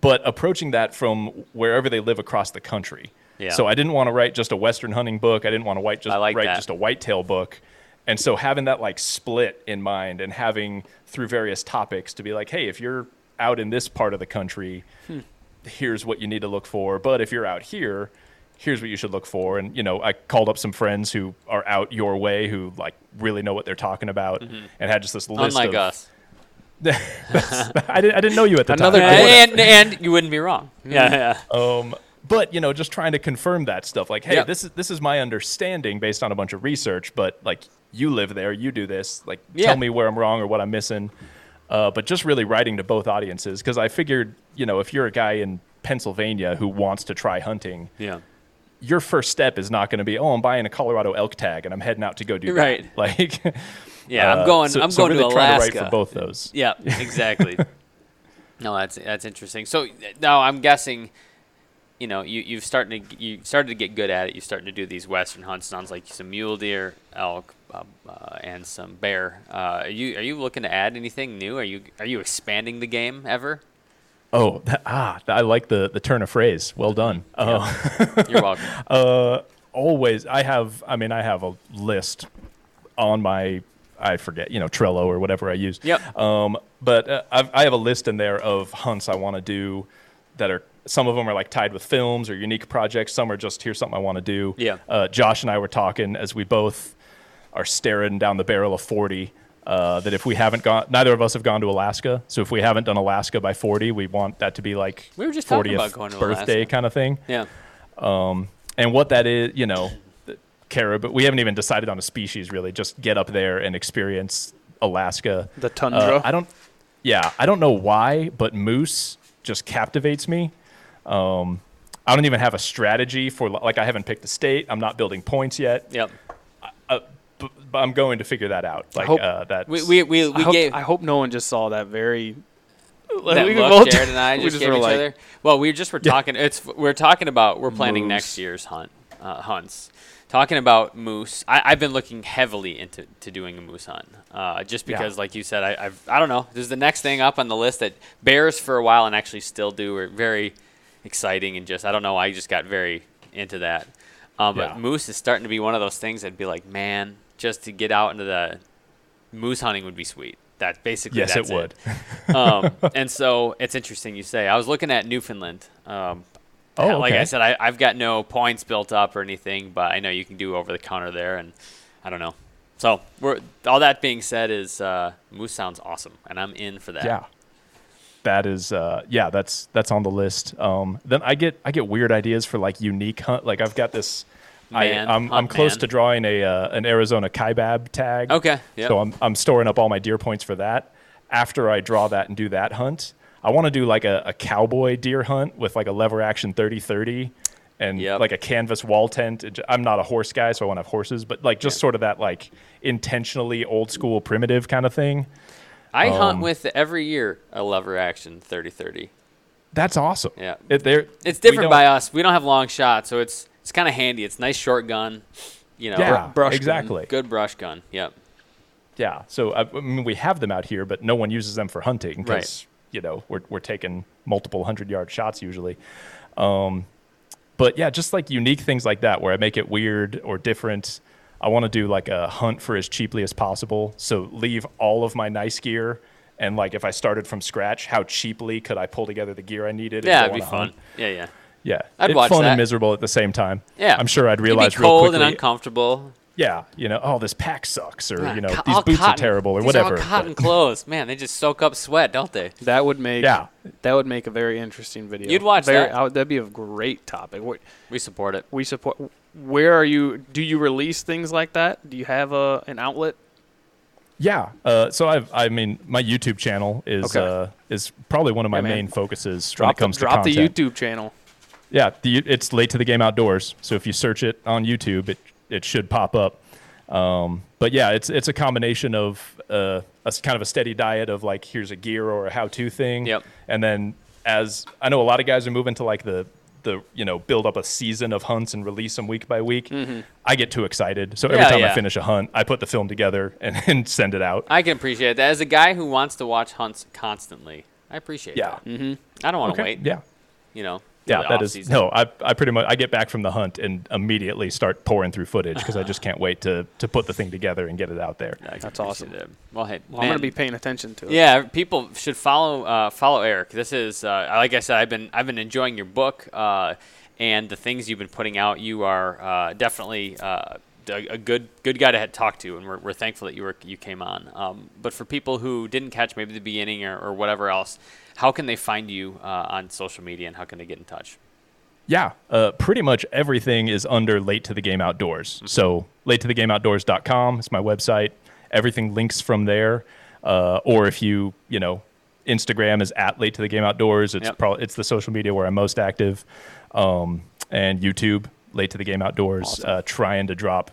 But approaching that from wherever they live across the country. Yeah. So I didn't want to write just a Western hunting book. I didn't want to write just I like write that. just a whitetail book. And so having that like split in mind and having through various topics to be like, hey, if you're out in this part of the country, Hmm. here's what you need to look for. But if you're out here, here's what you should look for. And you know, I called up some friends who are out your way who like really know what they're talking about Mm-hmm. and had just this list. Unlike of, us. I didn't I didn't know you at the Another time. I Yeah. And, and you wouldn't be wrong. Yeah, yeah. Um, but you know, just trying to confirm that stuff. Like, hey, Yep. this is this is my understanding based on a bunch of research, but like you live there, you do this. Like, Yeah. tell me where I'm wrong or what I'm missing. Uh, but just really writing to both audiences because I figured, you know, if you're a guy in Pennsylvania who wants to try hunting, Yeah. your first step is not going to be, oh, I'm buying a Colorado elk tag and I'm heading out to go do Right. that. Like, Yeah, uh, I'm going so- I'm so going really to trying Alaska. to write for both those. Yeah, exactly. no, that's that's interesting. So uh, now I'm guessing, you know, you you've started to you started to get good at it. You're starting to do these western hunts. Sounds like some mule deer, elk, uh, uh, and some bear. Uh, are you are you looking to add anything new? Are you are you expanding the game ever? Oh, that, ah, I like the the turn of phrase. Well done. Oh. You're welcome. Uh, always. I have. I mean, I have a list on my. I forget. You know, Trello or whatever I use. Yep. Um, but uh, I've, I have a list in there of hunts I want to do that are. Some of them are like tied with films or unique projects. Some are just here's something I want to do. Yeah. Uh, Josh and I were talking as we both are staring down the barrel of 40. Uh, that if we haven't gone, neither of us have gone to Alaska. So if we haven't done Alaska by 40, we want that to be like We were just talking 40th about going to birthday Alaska. kind of thing yeah. and what that is, you know, caribou. We haven't even decided on a species really. Just get up there and experience Alaska, Uh, The tundra. I don't. Yeah, I don't know why, but moose just captivates me. Um, I don't even have a strategy for like I haven't picked a state. I'm not building points yet. Yep. But, but I'm going to figure that out. Like hope- uh, that. We we we, I we hope, gave I hope no one just saw that very. that we could look go- Jared and I we just, just gave were each like- other. Well, we just were talking. It's we're talking about we're planning Moose. next year's hunt uh, hunts. Talking about moose, I, I've been looking heavily into to doing a moose hunt, uh, just because, like you said, I I've, I don't know. This is the next thing up on the list that bears for a while and actually still do were very exciting and just I don't know. I just got very into that. Um, Yeah. But moose is starting to be one of those things that'd be like, man, just to get out into the moose hunting would be sweet. That basically yes, that's it would. um, and so it's interesting you say. I was looking at Newfoundland. Um, Oh, like okay. I said, I, I've got no points built up or anything, but I know you can do over the counter there, and I don't know. So we're, all that being said is uh, moose sounds awesome, and I'm in for that. Yeah. That is uh yeah, that's that's on the list. Um then I get I get weird ideas for like unique hunt like I've got this Man, I I'm I'm hunt close man. to drawing a uh, an Arizona kaibab tag. Okay, yep. So I'm I'm storing up all my deer points for that. After I draw that and do that hunt, I want to do like a, a cowboy deer hunt with like a lever action 30-30 and Yep. like a canvas wall tent. It j- I'm not a horse guy, so I want to have horses, but like just sort of that like intentionally old school primitive kind of thing. I um, hunt with every year a lever action 30 30. That's awesome. Yeah. It, they're- It's we different don't- by us. We don't have long shots, so it's It's kind of handy. It's a nice short gun. You know, Yeah, brush gun. exactly. Good brush gun. Yep. Yeah. So I, I mean, we have them out here, but no one uses them for hunting Right. because you know we're we're taking multiple hundred yard shots usually. Um, but yeah, just like unique things like that where I make it weird or different. I want to do like a hunt for as cheaply as possible. So leave all of my nice gear. And like, if I started from scratch, how cheaply could I pull together the gear I needed? and Yeah, go it'd be on a hunt? fun. Yeah, yeah. Yeah, I'd it's watch fun that. and miserable at the same time. Yeah. I'm sure I'd realize You'd be cold real quickly. and uncomfortable. yeah, you know, oh, this pack sucks, or Yeah, you know, co- these all boots are cotton- terrible, or these are all whatever. but- cotton clothes, man, they just soak up sweat, don't they? That would make Yeah. That would make a very interesting video. You'd watch very, that. I would- that'd be a great topic. What We support it. we support. Where are you? Do you release things like that? Do you have a an outlet? Yeah. Uh, so I've, I mean, my YouTube channel is Okay. uh, is probably one of my Yeah, man. main focuses Drop when it comes the, drop to the content. YouTube channel. Yeah, the, it's late to the game outdoors. So if you search it on YouTube, it it should pop up. Um, but yeah, it's it's a combination of uh, a s- kind of a steady diet of like here's a gear or a how-to thing. Yep. And then as I know, a lot of guys are moving to like the the you know build up a season of hunts and release them week by week. I get too excited, so every Mm-hmm. Yeah, time yeah. I finish a hunt, I put the film together and, and send it out. I can appreciate that. As a guy who wants to watch hunts constantly, I appreciate Yeah. that. Mm-hmm. I don't want to wait. Yeah. You know. till Yeah, the that is off-season. no. I, I pretty much I get back from the hunt and immediately start pouring through footage because I just can't wait to to put the thing together and get it out there. I can That's appreciate awesome. that. Well, hey, Well, I'm man, gonna be paying attention to it. Yeah, people should follow uh, follow Eric. This is uh, like I said, I've been I've been enjoying your book uh, and the things you've been putting out. You are uh, definitely uh, a, a good good guy to ha- talk to, and we're, we're thankful that you were you came on. Um, but for people who didn't catch maybe the beginning or, or whatever else, how can they find you uh, on social media and how can they get in touch? Yeah, uh, pretty much everything is under late to the game outdoors. So late to the game outdoors.com is my website. Everything links from there. Uh, or if you you know Instagram is at late to the game outdoors. It's Yep. probably it's the social media where I'm most active. Um, and YouTube late to the game outdoors. Uh, trying to drop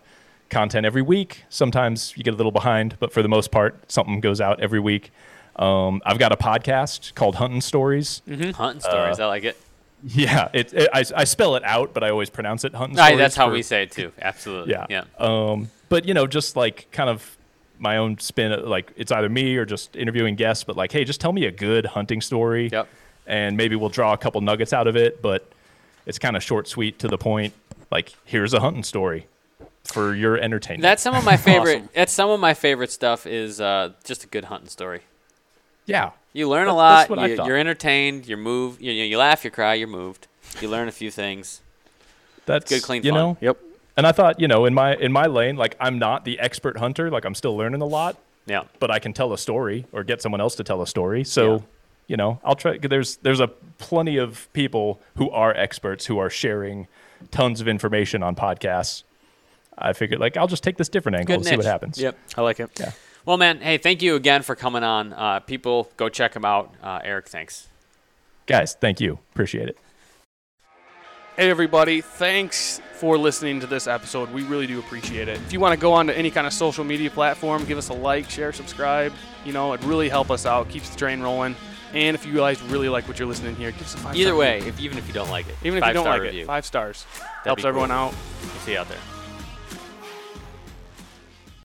content every week. Sometimes you get a little behind, but for the most part, something goes out every week. Um, I've got a podcast called Hunting Stories. Hunting stories, Uh, I like it. Yeah, it, it- I, I spell it out, but I always pronounce it hunting. Right, stories that's how for- we say it too. Absolutely. Yeah, Yeah. Um, but you know, just like kind of my own spin. uh, Like it's either me or just interviewing guests. But like, hey, just tell me a good hunting story. Yep. And maybe we'll draw a couple nuggets out of it. But it's kind of short, sweet, to the point. Like here's a hunting story for your entertainment. That's some of my favorite. That's some of my favorite stuff. Is uh, just a good hunting story. yeah. You learn a lot. That's what I You, thought. you're entertained. You're moved. You, you, you laugh. You cry. You're moved. You learn a few things. That's Good, clean You fun. know. Yep. And I thought, you know, in my in my lane, like I'm not the expert hunter. Like I'm still learning a lot. Yeah. but I can tell a story or get someone else to tell a story. So, Yeah. you know, I'll try. There's there's a plenty of people who are experts who are sharing tons of information on podcasts. I figured like I'll just take this different angle Good and niche. see what happens. Yep. I like it. Well, man. Hey, thank you again for coming on. Uh, people, go check him out. Uh, Eric, thanks. Guys, thank you. Appreciate it. Hey, everybody. Thanks for listening to this episode. We really do appreciate it. If you want to go on to any kind of social media platform, give us a like, share, subscribe. You know, it'd really help us out, keeps the train rolling. And if you guys really like what you're listening here, give us a five Either star way, review. if, even if you don't like it, even if you five don't star like review, it, five stars. be Helps everyone cool. out. we'll see you out there.